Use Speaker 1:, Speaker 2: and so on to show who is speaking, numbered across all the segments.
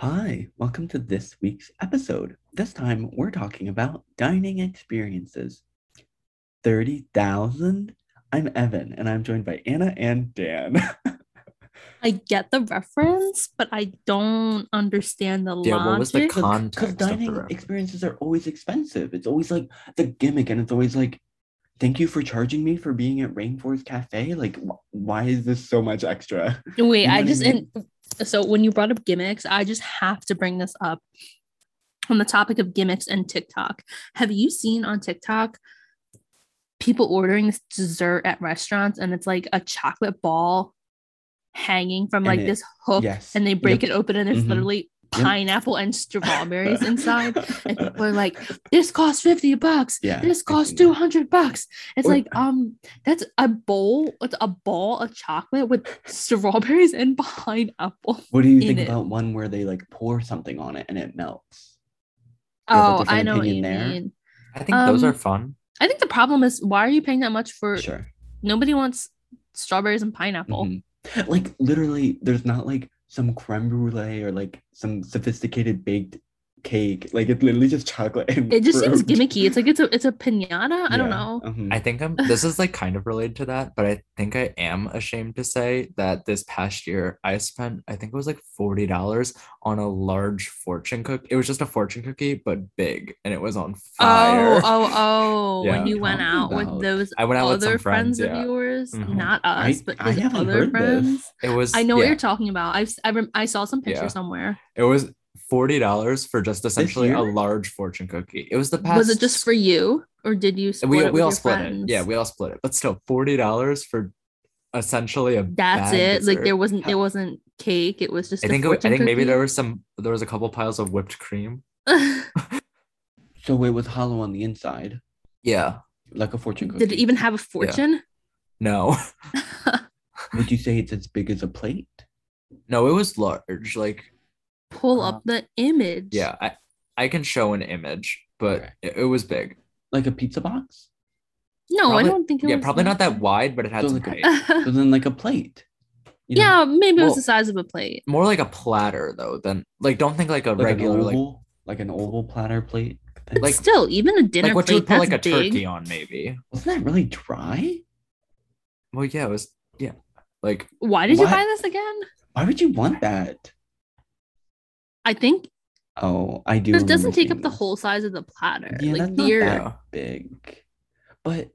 Speaker 1: Hi, welcome to this week's episode. This time we're talking about dining experiences. 30,000? I'm Evan and I'm joined by Anna and Dan.
Speaker 2: I get the reference, but I don't understand the
Speaker 3: Yeah,
Speaker 2: logic.
Speaker 3: what was the context
Speaker 1: Because
Speaker 3: of the
Speaker 1: dining
Speaker 3: reference?
Speaker 1: experiences are always expensive. It's always like the gimmick and it's always like, thank you for charging me for being at Rainforest Cafe. Like, wh- why is this so much extra?
Speaker 2: Wait,
Speaker 1: You know
Speaker 2: I
Speaker 1: what I
Speaker 2: just
Speaker 1: mean?
Speaker 2: and so when you brought up gimmicks, I just have to bring this up on the topic of gimmicks and TikTok. Have you seen on TikTok people ordering this dessert at restaurants and it's like a chocolate ball hanging from
Speaker 1: And
Speaker 2: like
Speaker 1: it-
Speaker 2: this hook
Speaker 1: yes.
Speaker 2: and they break
Speaker 1: Yep.
Speaker 2: it open and there's
Speaker 1: Mhm.
Speaker 2: literally
Speaker 1: Yep.
Speaker 2: pineapple and strawberries inside and people are like this costs 50 bucks
Speaker 1: Yeah,
Speaker 2: this
Speaker 1: I've
Speaker 2: costs
Speaker 1: seen that.
Speaker 2: 200 bucks it's
Speaker 1: Or-
Speaker 2: like um that's a bowl it's a ball of chocolate with strawberries and pineapple
Speaker 1: What do you
Speaker 2: in
Speaker 1: think
Speaker 2: it.
Speaker 1: about one where they like pour something on it and it melts? You have a
Speaker 2: oh i
Speaker 1: different
Speaker 2: know what you
Speaker 1: opinion there?
Speaker 2: mean
Speaker 3: I think those
Speaker 2: Um,
Speaker 3: are fun.
Speaker 2: i think the problem is why are you paying that much for
Speaker 1: Sure.
Speaker 2: nobody wants strawberries and pineapple
Speaker 1: Mhm. Like literally, there's not like some creme brulee or like some sophisticated baked cake. Like it's literally just chocolate. And
Speaker 2: it just seems
Speaker 1: fruit.
Speaker 2: gimmicky it's like it's a it's a piñata i don't
Speaker 1: Yeah,
Speaker 2: know
Speaker 1: mhm.
Speaker 3: I think I'm this is like kind of related to that, but I think I am ashamed to say that this past year I spent I think it was like $40 on a large fortune cookie. It was just a fortune cookie but big and it was on fire.
Speaker 2: Oh, oh, oh!
Speaker 3: Yeah.
Speaker 2: when you went
Speaker 1: Talking
Speaker 2: out
Speaker 1: about-
Speaker 2: with those
Speaker 3: I went out with
Speaker 2: other
Speaker 3: some friends,
Speaker 2: friends,
Speaker 3: yeah.
Speaker 2: of yours,
Speaker 3: Mhm.
Speaker 2: not
Speaker 1: Mm-hmm. I-
Speaker 2: us, but
Speaker 1: I
Speaker 2: those
Speaker 1: haven't
Speaker 2: other
Speaker 1: heard this.
Speaker 2: friends.
Speaker 3: It was
Speaker 2: I know what
Speaker 3: yeah,
Speaker 2: you're talking about. I've I, rem- I saw some picture
Speaker 3: Yeah.
Speaker 2: somewhere.
Speaker 3: It was $40 for just essentially a
Speaker 1: year?
Speaker 3: large fortune cookie. It was the past
Speaker 2: was it just for you, or did you split
Speaker 3: we,
Speaker 2: it
Speaker 3: we
Speaker 2: with
Speaker 3: all
Speaker 2: your
Speaker 3: split
Speaker 2: friends?
Speaker 3: it. Yeah, we all split it. But still $40 for essentially a
Speaker 2: that's
Speaker 3: bag
Speaker 2: it. Like
Speaker 3: dessert.
Speaker 2: there wasn't
Speaker 3: Yeah.
Speaker 2: it wasn't cake. It was just.
Speaker 3: I
Speaker 2: a
Speaker 3: think it, wa- I
Speaker 2: fortune
Speaker 3: think maybe there
Speaker 2: cookie.
Speaker 3: was some there was a couple piles of whipped cream.
Speaker 1: So it was hollow on the inside,
Speaker 3: Yeah.
Speaker 1: like a fortune cookie.
Speaker 2: did it even have a fortune?
Speaker 3: No.
Speaker 1: Would you say it's as big as a plate?
Speaker 3: No, it was large. Like
Speaker 2: Pull
Speaker 3: Uh,
Speaker 2: up the image.
Speaker 3: yeah, I I can show an image, but
Speaker 1: Okay.
Speaker 3: it, it was big.
Speaker 1: Like a pizza box?
Speaker 2: No, I
Speaker 3: Probably-
Speaker 2: don't think it
Speaker 3: Yeah,
Speaker 2: was
Speaker 3: probably not that wide, but it had
Speaker 1: So
Speaker 3: some
Speaker 1: like a-
Speaker 3: height.
Speaker 1: So then like a plate. you know?
Speaker 2: yeah, maybe it
Speaker 3: Well,
Speaker 2: was the size of a plate.
Speaker 3: More like a platter though than like don't think like a
Speaker 1: Like
Speaker 3: regular
Speaker 1: an
Speaker 3: like
Speaker 1: oval, like, an oval platter plate.
Speaker 2: But
Speaker 3: like-
Speaker 2: still, even a dinner
Speaker 3: like what you
Speaker 2: plate
Speaker 3: would put
Speaker 2: that's
Speaker 3: like a
Speaker 2: big.
Speaker 3: turkey on maybe.
Speaker 1: Wasn't that really dry?
Speaker 3: Well, yeah, it was yeah. Like
Speaker 2: Why did you
Speaker 1: Why-
Speaker 2: buy this again?
Speaker 1: Why would you want that?
Speaker 2: I think
Speaker 1: Oh, I do.
Speaker 2: it doesn't
Speaker 1: remember
Speaker 2: take up
Speaker 1: seeing
Speaker 2: the
Speaker 1: this.
Speaker 2: whole size of the platter.
Speaker 1: Yeah,
Speaker 2: like
Speaker 1: that's not
Speaker 2: dear,
Speaker 1: bad. big. But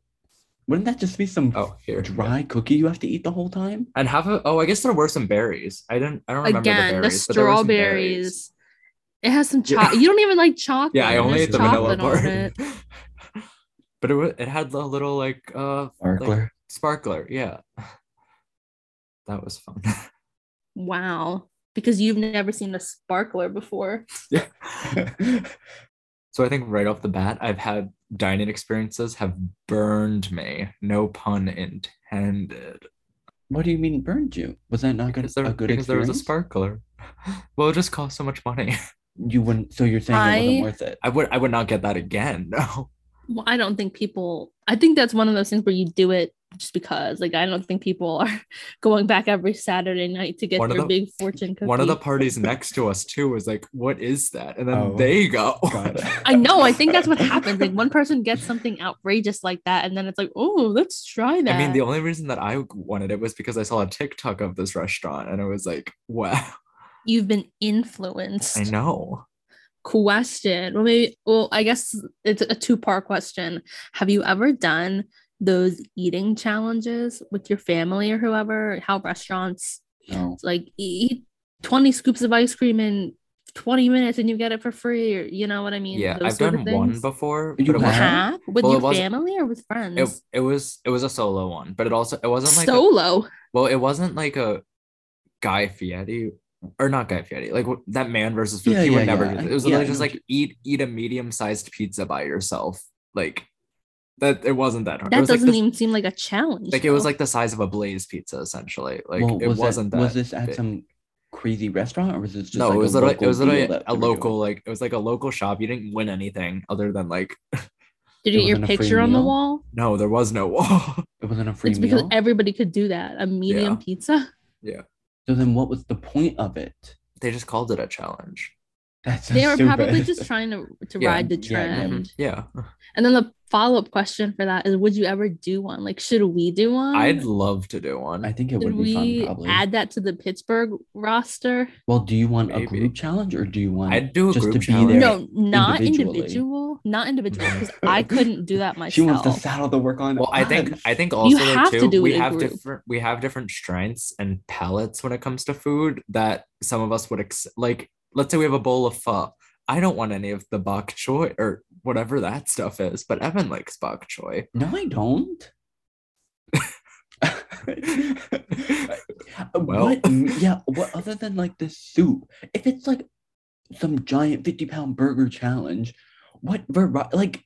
Speaker 1: wouldn't that just be some
Speaker 3: oh here.
Speaker 1: dry cookie you have to eat the whole time?
Speaker 3: And have a oh I guess there were some berries. I didn't I don't remember
Speaker 2: again, the,
Speaker 3: the berries. but there were some berries.
Speaker 2: strawberries. It has some
Speaker 3: Yeah.
Speaker 2: chocolate. You don't even like chocolate.
Speaker 3: Yeah, I
Speaker 2: and
Speaker 3: only
Speaker 2: there's
Speaker 3: ate the vanilla
Speaker 2: chocolate on
Speaker 3: part.
Speaker 2: it.
Speaker 3: but it was, it had the little like uh
Speaker 1: Sparkler.
Speaker 3: sparkler, yeah. That was fun.
Speaker 2: Wow. Because you've never seen a sparkler before.
Speaker 3: yeah. so I think right off the bat, I've had dining experiences have burned me. No pun intended.
Speaker 1: what do you mean burned you? Was that not good,
Speaker 3: Because there,
Speaker 1: a good
Speaker 3: because there was
Speaker 1: experience?
Speaker 3: a sparkler. Well, it just cost so much money.
Speaker 1: You wouldn't. So you're saying it
Speaker 2: I-
Speaker 1: wasn't worth it?
Speaker 3: I would I would not get that again. No.
Speaker 2: Well, I don't think people, I think that's one of those things where you do it just because. Like, I don't think people are going back every Saturday night to get
Speaker 3: One of
Speaker 2: their
Speaker 3: the-
Speaker 2: big fortune cookie.
Speaker 3: One of the parties next to us too was like, "What is that?" And then
Speaker 1: Oh.
Speaker 3: they go.
Speaker 1: Got it.
Speaker 2: I know. I think that's what happens. Like, one person gets something outrageous like that, and then it's like, oh, let's try that.
Speaker 3: I mean, the only reason that I wanted it was because I saw a TikTok of this restaurant and I was like, wow,
Speaker 2: You've been influenced.
Speaker 3: I know.
Speaker 2: question. Well, maybe. Well, I guess it's a two-part question. Have you ever done those eating challenges with your family or whoever? How restaurants
Speaker 1: No.
Speaker 2: it's like e- eat twenty scoops of ice cream in twenty minutes and you get it for free, or you know what I mean?
Speaker 3: yeah,
Speaker 2: Those
Speaker 3: I've
Speaker 2: sort of
Speaker 3: done one
Speaker 2: things.
Speaker 3: before,
Speaker 1: You
Speaker 3: but it wasn't.
Speaker 1: have?
Speaker 2: Huh? with
Speaker 3: Well, it
Speaker 2: your
Speaker 3: wasn't-
Speaker 2: family or with friends.
Speaker 3: It, it was it was a solo one, but it also it wasn't like a,
Speaker 2: Solo.
Speaker 3: well, it wasn't like a Guy Fieri or not Guy Fieri, like wh- that man versus food.
Speaker 1: Yeah,
Speaker 3: he would
Speaker 1: yeah,
Speaker 3: never.
Speaker 1: yeah.
Speaker 3: do that. It was
Speaker 1: Yeah, I
Speaker 3: literally
Speaker 1: know what
Speaker 3: just like eat eat a medium sized pizza by yourself. Like that, it wasn't that hard. it
Speaker 2: That
Speaker 3: was like
Speaker 2: doesn't
Speaker 3: the-
Speaker 2: even seem like a challenge.
Speaker 3: like it was
Speaker 2: though.
Speaker 3: like the size of a Blaze pizza essentially. Like
Speaker 1: well,
Speaker 3: it
Speaker 1: was
Speaker 3: wasn't that.
Speaker 1: Was this at
Speaker 3: big.
Speaker 1: some crazy restaurant, or was this just
Speaker 3: no,
Speaker 1: like
Speaker 3: it was
Speaker 1: a
Speaker 3: literally
Speaker 1: local
Speaker 3: it was
Speaker 1: deal
Speaker 3: literally
Speaker 1: that
Speaker 3: a
Speaker 1: they were doing?
Speaker 3: local like it was like a local shop. You didn't win anything other than like
Speaker 1: it
Speaker 2: Did you get your
Speaker 1: wasn't a free
Speaker 2: picture on the
Speaker 1: meal?
Speaker 2: wall?
Speaker 3: no, there was no wall.
Speaker 1: It wasn't a free
Speaker 2: it's because
Speaker 1: meal.
Speaker 2: everybody could do that. A medium pizza.
Speaker 1: so then, what was the point of it?
Speaker 3: They just called it a challenge.
Speaker 1: That's so
Speaker 2: They were probably
Speaker 1: stupid.
Speaker 2: just trying to, to
Speaker 3: Yeah,
Speaker 2: ride the
Speaker 1: yeah, yeah.
Speaker 2: trend.
Speaker 1: Mhm.
Speaker 3: Yeah.
Speaker 2: And then the follow up question for that is would you ever do one? Like, should we do one?
Speaker 3: I'd love to do
Speaker 1: I
Speaker 3: one.
Speaker 1: think it
Speaker 2: Should
Speaker 1: would be
Speaker 2: we
Speaker 1: fun, probably.
Speaker 2: add that to the Pittsburgh roster?
Speaker 1: well, do you want
Speaker 3: Maybe.
Speaker 1: a group challenge or do you want?
Speaker 3: I'd do a
Speaker 1: just
Speaker 3: group
Speaker 1: to be
Speaker 3: challenge.
Speaker 1: there.
Speaker 2: No, not
Speaker 1: individually.
Speaker 2: individual. Not individual, because I couldn't do that myself.
Speaker 1: she wants to saddle the work on.
Speaker 3: Well, I think
Speaker 1: us.
Speaker 3: I think also though,
Speaker 2: have to
Speaker 3: too
Speaker 2: do
Speaker 3: we
Speaker 2: it in
Speaker 3: have
Speaker 2: group.
Speaker 3: different we have different strengths and palates when it comes to food that some of us would ex- like. Let's say we have a bowl of pho. I don't want any of the bok choy or whatever that stuff is, but Evan likes bok choy.
Speaker 1: no, I don't.
Speaker 3: Uh, Well.
Speaker 1: Uh, What, yeah. What other than like the soup? If it's like some giant fifty-pound burger challenge, what we're like,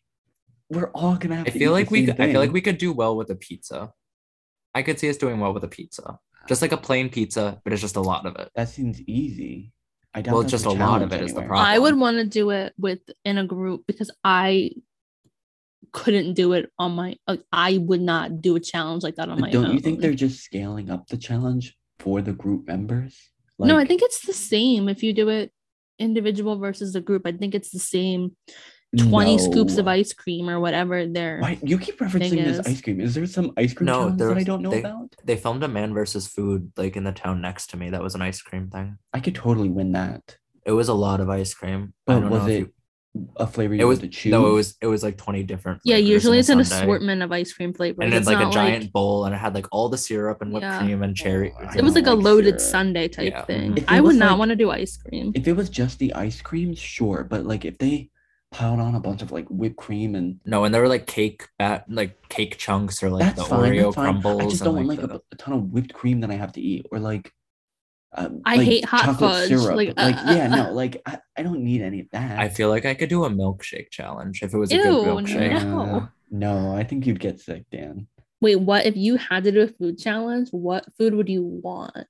Speaker 1: we're all gonna have.
Speaker 3: I
Speaker 1: to
Speaker 3: feel
Speaker 1: eat
Speaker 3: like
Speaker 1: the
Speaker 3: we
Speaker 1: same
Speaker 3: could- I feel like
Speaker 1: thing.
Speaker 3: we could do well with a pizza. I could see us doing well with a pizza, just like a plain pizza, but it's just a lot of it.
Speaker 1: That seems easy. I doubt
Speaker 3: Well,
Speaker 1: that's
Speaker 3: just a lot of
Speaker 1: challenge
Speaker 3: it is the
Speaker 1: anywhere.
Speaker 3: problem.
Speaker 2: I would want to do it with in a group because I couldn't do it on my like, I would not do a challenge like that on my
Speaker 1: But don't
Speaker 2: own.
Speaker 3: uh,
Speaker 1: you think they're just scaling up the challenge for the group members?
Speaker 2: No, I
Speaker 1: Like,
Speaker 2: think it's the same if you do it individual versus a group. I think it's the same 20 scoops of
Speaker 1: no.
Speaker 2: ice cream or whatever they're
Speaker 1: Why you keep referencing this
Speaker 2: is-
Speaker 1: ice cream? Is there some ice cream
Speaker 3: No,
Speaker 1: challenge
Speaker 3: there
Speaker 1: that I
Speaker 3: was-
Speaker 1: don't know
Speaker 3: they-
Speaker 1: about?
Speaker 3: They filmed a man versus food like in the town next to me. That was an ice cream thing.
Speaker 1: I could totally win that.
Speaker 3: It was a lot of ice cream. I
Speaker 1: But
Speaker 3: don't
Speaker 1: Oh, was
Speaker 3: know
Speaker 1: it
Speaker 3: if you
Speaker 1: a flavor you
Speaker 3: It was
Speaker 1: had to choose?
Speaker 3: no, it was it was like twenty different.
Speaker 2: Yeah,
Speaker 3: flavors in
Speaker 2: usually
Speaker 3: a
Speaker 2: it's an
Speaker 3: sundae.
Speaker 2: assortment of ice cream flavors.
Speaker 3: and it's like a
Speaker 2: not
Speaker 3: giant bowl, and it had like all the syrup and whipped
Speaker 2: Yeah.
Speaker 3: cream and cherry.
Speaker 1: Oh, I
Speaker 2: it was
Speaker 1: don't
Speaker 2: like a
Speaker 1: like
Speaker 2: loaded
Speaker 1: syrup.
Speaker 2: sundae type
Speaker 3: Yeah.
Speaker 2: thing.
Speaker 1: If it
Speaker 2: I would
Speaker 1: was,
Speaker 2: not
Speaker 1: like-
Speaker 2: want to do ice cream.
Speaker 1: If it was just the ice cream, sure. But like if they piled on a bunch of like whipped cream and
Speaker 3: No, and there were like cake bat, like cake chunks or like
Speaker 1: that's
Speaker 3: the
Speaker 1: fine,
Speaker 3: Oreo
Speaker 1: that's fine.
Speaker 3: crumbles.
Speaker 1: I just
Speaker 3: and,
Speaker 1: don't want like
Speaker 3: the-
Speaker 1: a, a ton of whipped cream that I have to eat or like. Um,
Speaker 2: I hate hot fudge, like, uh,
Speaker 1: yeah,
Speaker 2: uh,
Speaker 1: no, like I, I don't need any of that.
Speaker 3: I feel like I could do a milkshake challenge if it was a
Speaker 2: Ew,
Speaker 3: good milkshake.
Speaker 2: no.
Speaker 1: Uh, no, I think you'd get sick, Dan.
Speaker 2: Wait, what if you had to do a food challenge? What food would you want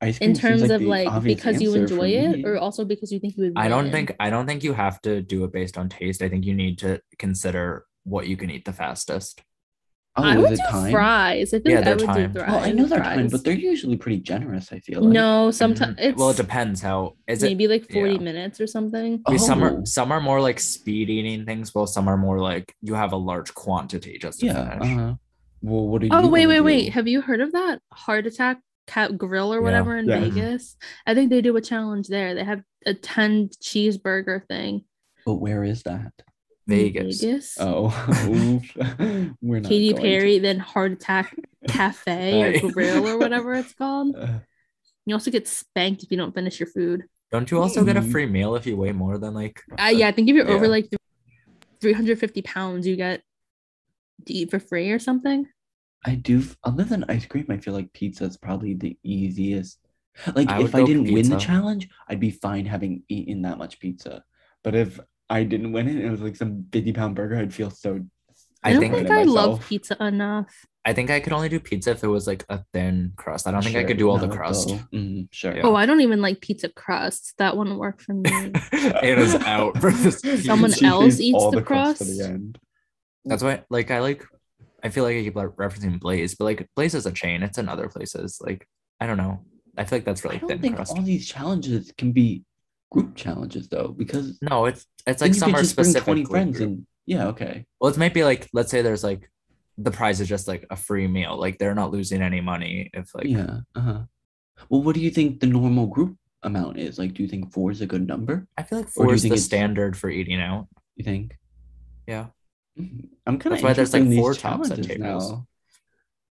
Speaker 1: Ice cream
Speaker 2: in
Speaker 1: seems
Speaker 2: terms
Speaker 1: like
Speaker 2: of
Speaker 1: the
Speaker 2: like
Speaker 1: obvious
Speaker 2: because you
Speaker 1: answer for
Speaker 2: enjoy it
Speaker 1: me.
Speaker 2: or also because you think you would?
Speaker 3: I don't
Speaker 2: win?
Speaker 3: think I don't think you have to do it based on taste. I think you need to consider what you can eat the fastest.
Speaker 1: oh,
Speaker 2: I
Speaker 1: is
Speaker 2: would
Speaker 1: it
Speaker 2: do
Speaker 1: time?
Speaker 2: fries. I feel
Speaker 3: Yeah,
Speaker 2: like I
Speaker 3: they're
Speaker 2: would
Speaker 3: timed.
Speaker 2: do fries.
Speaker 1: Well, I know they're time,
Speaker 2: fries.
Speaker 1: but they're usually pretty generous. I feel like
Speaker 2: no. Sometimes
Speaker 3: Mm,
Speaker 2: it's
Speaker 3: well, it depends how is it
Speaker 2: maybe like forty
Speaker 3: yeah.
Speaker 2: minutes or something.
Speaker 3: I mean, Some
Speaker 1: Oh.
Speaker 3: are some are more like speed eating things, while some are more like you have a large quantity just to
Speaker 1: Yeah.
Speaker 3: finish.
Speaker 1: Uh, well, what do you?
Speaker 2: Oh wait,
Speaker 1: wanna
Speaker 2: wait,
Speaker 1: do?
Speaker 2: wait! Have you heard of that heart attack cat grill or
Speaker 3: Yeah.
Speaker 2: whatever in
Speaker 1: Yeah.
Speaker 2: Vegas? I think they do a challenge there. They have a ten cheeseburger thing.
Speaker 1: But Oh, where is that?
Speaker 2: in
Speaker 3: Vegas.
Speaker 2: Vegas.
Speaker 1: Oh, oof. we're not.
Speaker 2: Katy
Speaker 1: going to-
Speaker 2: Perry, then Heart Attack Cafe or
Speaker 3: Right.
Speaker 2: Grill or whatever it's called.
Speaker 1: Uh,
Speaker 2: You also get spanked if you don't finish your food.
Speaker 3: Don't you also get a
Speaker 1: Mm.
Speaker 3: free meal if you weigh more than like?
Speaker 2: Uh, yeah, I think if you're over
Speaker 3: Yeah.
Speaker 2: like three hundred fifty pounds, you get to eat for free or something.
Speaker 1: I do. Other than ice cream, I feel like pizza is probably the easiest. Like,
Speaker 3: I would
Speaker 1: if I
Speaker 3: go
Speaker 1: didn't win the
Speaker 3: pizza.
Speaker 1: challenge, I'd be fine having eaten that much pizza. But if I didn't win it, and it was like some fifty-pound burger. I'd feel so.
Speaker 2: I,
Speaker 3: I
Speaker 2: don't
Speaker 3: think-
Speaker 2: think I
Speaker 1: disappointed
Speaker 2: love
Speaker 1: myself.
Speaker 2: pizza enough.
Speaker 3: I think I could only do pizza if it was like a thin crust. I don't think I
Speaker 1: Sure,
Speaker 3: could do all
Speaker 1: no,
Speaker 3: the crust.
Speaker 1: though. Mm, sure.
Speaker 3: Yeah.
Speaker 2: Oh, I don't even like pizza crusts. That wouldn't work for me.
Speaker 3: Anna's out for this.
Speaker 2: Someone
Speaker 3: huge-
Speaker 1: She
Speaker 2: else
Speaker 1: saves
Speaker 2: eats
Speaker 1: all
Speaker 2: the
Speaker 1: for the
Speaker 2: crust?
Speaker 1: end.
Speaker 3: That's why, like, I like. I feel like I keep like, referencing Blaze, but like Blaze is a chain. It's in other places. Like I don't know. I feel like that's really
Speaker 1: I don't
Speaker 3: thin
Speaker 1: think
Speaker 3: crust.
Speaker 1: all these challenges can be group challenges though, because
Speaker 3: No, it's it's
Speaker 1: then
Speaker 3: like
Speaker 1: you
Speaker 3: some
Speaker 1: could
Speaker 3: are
Speaker 1: just bring
Speaker 3: specific.
Speaker 1: twenty
Speaker 3: group
Speaker 1: friends
Speaker 3: group.
Speaker 1: and yeah, okay.
Speaker 3: Well, it might be like let's say there's like the prize is just like a free meal. Like they're not losing any money if like
Speaker 1: yeah. Uh-huh. Well, what do you think the normal group amount is? Like, do you think four is a good number?
Speaker 3: I feel like
Speaker 1: Or do
Speaker 3: four
Speaker 1: you
Speaker 3: is the
Speaker 1: think it's-
Speaker 3: standard for eating out.
Speaker 1: You think?
Speaker 3: Yeah.
Speaker 1: Mm, I'm kind of
Speaker 3: That's why there's, like, four tops at
Speaker 1: challenges
Speaker 3: tables.
Speaker 1: now.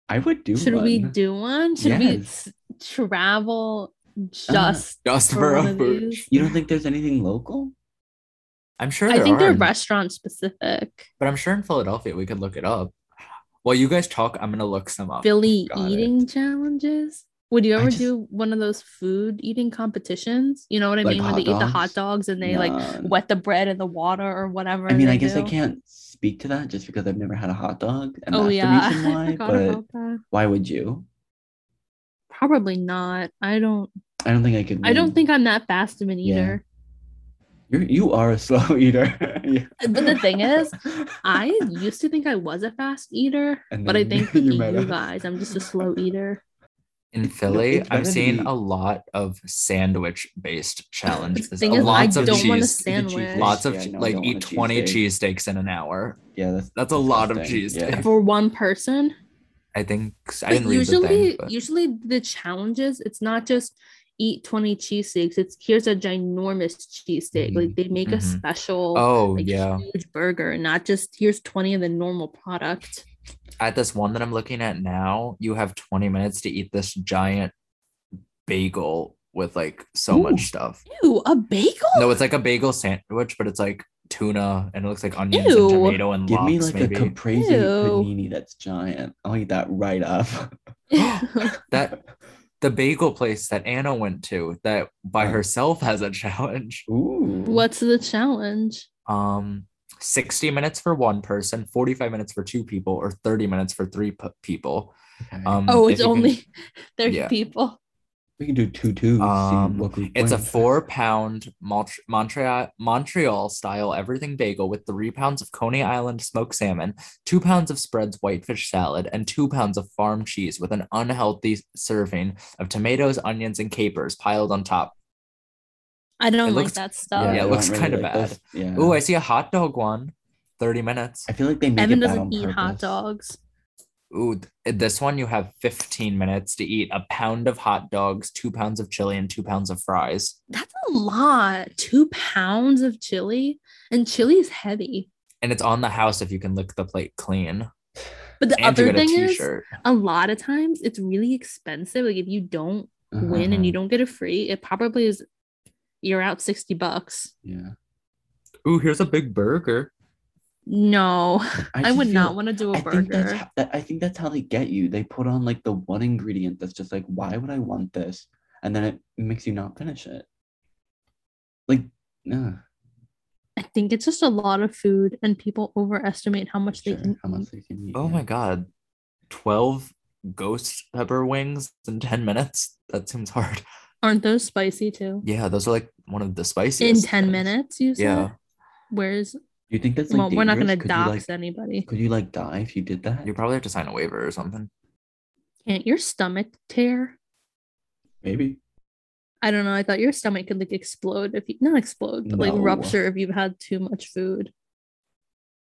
Speaker 1: I would do
Speaker 2: Should we
Speaker 1: one.
Speaker 2: do one? Should
Speaker 1: Yes. Uh,
Speaker 2: we s- travel just
Speaker 3: Just
Speaker 2: for
Speaker 3: for a
Speaker 2: one of
Speaker 3: food.
Speaker 2: these?
Speaker 1: You don't think there's anything local?
Speaker 3: I'm sure
Speaker 2: I
Speaker 3: there
Speaker 2: think
Speaker 3: are,
Speaker 2: they're
Speaker 3: in-
Speaker 2: restaurant specific.
Speaker 3: but I'm sure in Philadelphia we could look it up. While you guys talk, I'm gonna look some up.
Speaker 2: Philly
Speaker 1: Oh, got it.
Speaker 2: eating challenges. Would you
Speaker 1: I
Speaker 2: ever
Speaker 1: just-
Speaker 2: do one of those food eating competitions? You know what I
Speaker 1: Like
Speaker 2: mean? Where
Speaker 1: hot
Speaker 2: they eat the hot
Speaker 1: dogs?
Speaker 2: dogs and they like
Speaker 1: Nah.
Speaker 2: wet the bread in the water or whatever.
Speaker 1: I mean,
Speaker 2: they
Speaker 1: I guess I
Speaker 2: do.
Speaker 1: can't speak to that just because I've never had a hot dog, and
Speaker 2: Oh
Speaker 1: that's
Speaker 2: yeah,
Speaker 1: the reason
Speaker 2: I
Speaker 1: why.
Speaker 2: forgot
Speaker 1: But
Speaker 2: about that.
Speaker 1: why would you?
Speaker 2: Probably not. I don't.
Speaker 1: I don't think I could.
Speaker 2: I don't
Speaker 1: win.
Speaker 2: think I'm that fast of an
Speaker 1: Yeah.
Speaker 2: eater.
Speaker 1: You're, you are a slow eater. Yeah.
Speaker 2: Uh, But the thing is, I used to think I was a fast eater,
Speaker 1: And
Speaker 2: but I
Speaker 1: then
Speaker 2: think
Speaker 1: you
Speaker 2: you,
Speaker 1: met us.
Speaker 2: guys, I'm just a slow eater.
Speaker 3: in
Speaker 1: It's- no,
Speaker 3: Philly,
Speaker 1: it's
Speaker 3: I'm
Speaker 1: better to
Speaker 3: seeing
Speaker 1: be-
Speaker 3: a lot of sandwich based challenges.
Speaker 2: thing is, I
Speaker 3: lots of
Speaker 2: don't want a
Speaker 3: cheese.
Speaker 2: sandwich.
Speaker 3: Lots of
Speaker 1: Yeah,
Speaker 3: che-
Speaker 1: no, I
Speaker 3: like
Speaker 1: don't
Speaker 3: eat
Speaker 1: want a
Speaker 3: 20
Speaker 1: cheesesteak.
Speaker 3: cheesesteaks in an hour.
Speaker 1: Yeah, that's
Speaker 3: That's a lot of
Speaker 1: disgusting.
Speaker 3: cheesesteak.
Speaker 1: Yeah.
Speaker 2: for one person.
Speaker 3: I think I
Speaker 2: But
Speaker 3: didn't read
Speaker 2: usually,
Speaker 3: the thing. But
Speaker 2: usually the challenges it's not just eat twenty cheesesteaks. It's here's a ginormous cheesesteak.
Speaker 3: Mhm,
Speaker 2: Like they make a
Speaker 3: mhm.
Speaker 2: special,
Speaker 3: oh
Speaker 2: like
Speaker 3: yeah,
Speaker 2: huge burger, not just here's twenty of the normal product.
Speaker 3: at this one that I'm looking at now, you have 20 minutes to eat this giant bagel with like so
Speaker 1: Ooh.
Speaker 3: much stuff.
Speaker 2: Ew, a bagel.
Speaker 3: No, it's like a bagel sandwich, but it's like tuna and it looks like onions
Speaker 2: Ew.
Speaker 3: and tomato and
Speaker 1: Give
Speaker 3: lox
Speaker 1: me like
Speaker 3: maybe.
Speaker 1: a caprese
Speaker 2: Ew.
Speaker 1: panini that's giant. I'll eat that right up.
Speaker 3: that the bagel place that Anna went to that by
Speaker 1: Uh.
Speaker 3: herself has a challenge.
Speaker 1: Ooh.
Speaker 2: What's the challenge?
Speaker 3: Um 60 minutes for one person, 45 minutes for two people, or 30 minutes for three p- people.
Speaker 1: Okay.
Speaker 3: Um,
Speaker 2: Oh,
Speaker 3: if
Speaker 2: it's
Speaker 3: you can-
Speaker 2: only thirty
Speaker 3: yeah.
Speaker 2: people.
Speaker 1: we can do two two.
Speaker 3: Um, It's a
Speaker 1: four.
Speaker 3: four pound Mont- Montreal Montreal style everything bagel with three pounds of Coney Island smoked salmon, two pounds of spreads whitefish salad, and two pounds of farm cheese with an unhealthy serving of tomatoes, onions, and capers piled on top.
Speaker 2: I don't
Speaker 3: It
Speaker 2: like
Speaker 3: looks-
Speaker 2: that
Speaker 3: Yeah,
Speaker 2: stuff.
Speaker 3: it
Speaker 1: I
Speaker 3: looks
Speaker 1: don't
Speaker 3: kinda bad.
Speaker 1: this. Yeah.
Speaker 3: Ooh, I see a hot dog one. 30 minutes.
Speaker 1: I feel like they make
Speaker 2: Evan
Speaker 1: it bad on
Speaker 2: doesn't eat hot
Speaker 1: purpose.
Speaker 2: dogs.
Speaker 3: Ooh, th- this one you have 15 minutes to eat a pound of hot dogs, two pounds of chili, and two pounds of fries.
Speaker 2: That's a lot. Two pounds of chili, and chili is heavy.
Speaker 3: And it's on the house if you can lick the plate clean.
Speaker 2: But the
Speaker 3: And you
Speaker 2: other
Speaker 3: get a
Speaker 2: thing
Speaker 3: t
Speaker 2: is,
Speaker 3: shirt.
Speaker 2: a lot of times it's really expensive. Like if you don't
Speaker 1: Uh-huh.
Speaker 2: win and you don't get it free, it probably is. You're out sixty bucks.
Speaker 1: Yeah.
Speaker 3: Ooh, here's a big burger.
Speaker 2: No, I,
Speaker 1: just
Speaker 2: would
Speaker 1: feel-
Speaker 2: not want to do a
Speaker 1: I think that's
Speaker 2: burger.
Speaker 1: how, that, I think that's how they get you. They put on like the one ingredient that's just like, why would I want this? And then it makes you not finish it. Like, nah.
Speaker 2: I think it's just a lot of food, and people overestimate how much
Speaker 1: Sure.
Speaker 2: they can
Speaker 1: How much
Speaker 2: eat.
Speaker 1: they can eat.
Speaker 3: Oh
Speaker 1: yeah.
Speaker 3: my god. 12 ghost pepper wings in 10 minutes? That seems hard.
Speaker 2: Aren't those spicy too?
Speaker 3: Yeah, those are like one of the
Speaker 2: In
Speaker 3: spiciest.
Speaker 2: ten
Speaker 3: things.
Speaker 2: minutes, you said.
Speaker 3: Yeah.
Speaker 2: Where's
Speaker 1: You think that's like
Speaker 2: well, we're not gonna
Speaker 1: dangerous? Could you,
Speaker 2: dox
Speaker 1: like-
Speaker 2: anybody.
Speaker 1: Could you like die if you did that?
Speaker 3: You probably have to sign a waiver or something.
Speaker 2: Can't your stomach tear?
Speaker 1: Maybe.
Speaker 2: I don't know. I thought your stomach could like explode if you not explode, but like
Speaker 1: No.
Speaker 2: rupture if you've had too much food.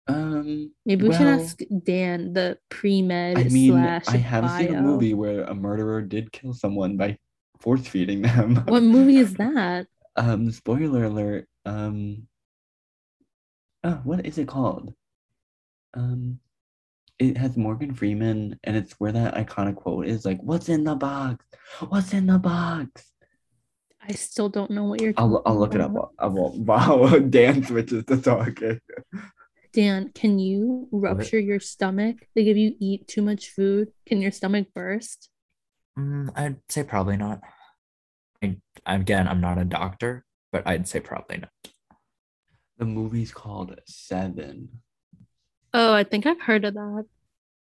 Speaker 1: Um.
Speaker 2: Maybe we should
Speaker 1: Well,
Speaker 2: ask Dan, the pre med
Speaker 1: I mean,
Speaker 2: slash
Speaker 1: I have seen a
Speaker 2: bio.
Speaker 1: movie where a murderer did kill someone by force feeding them.
Speaker 2: What movie is that?
Speaker 1: Um. Spoiler alert. Um. Oh, what is it called? Um. It has Morgan Freeman, and it's where that iconic quote is like, "What's in the box? What's in the box?"
Speaker 2: I still don't know what you're.
Speaker 1: I'll I'll
Speaker 2: talking
Speaker 1: look it up.
Speaker 2: about.
Speaker 1: I will. Wow, Dan switches to talking.
Speaker 2: Dan, can you rupture your stomach? Like if you eat too much food, can your stomach burst?
Speaker 3: Mm, I'd say probably not. I, again, I'm not a doctor, but I'd say probably not.
Speaker 1: The movie's called Seven.
Speaker 2: Oh, I think I've heard of that.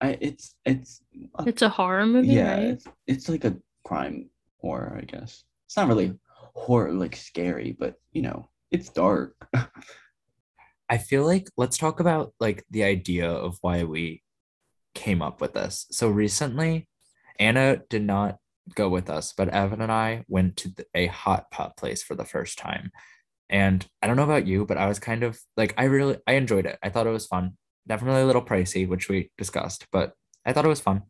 Speaker 1: I it's it's a
Speaker 2: It's a horror movie,
Speaker 1: yeah,
Speaker 2: right?
Speaker 1: it's, it's like a crime horror, I guess. It's not really horror, like scary, but you know, it's dark.
Speaker 3: I feel like let's talk about like the idea of why we came up with this. So recently, Anna did not go with us, but Evan and I went to th- a hot pot place for the first time. And I don't know about you, but I was kind of like I really I enjoyed it. I thought it was fun. Definitely a little pricey, which we discussed, but I thought it was fun.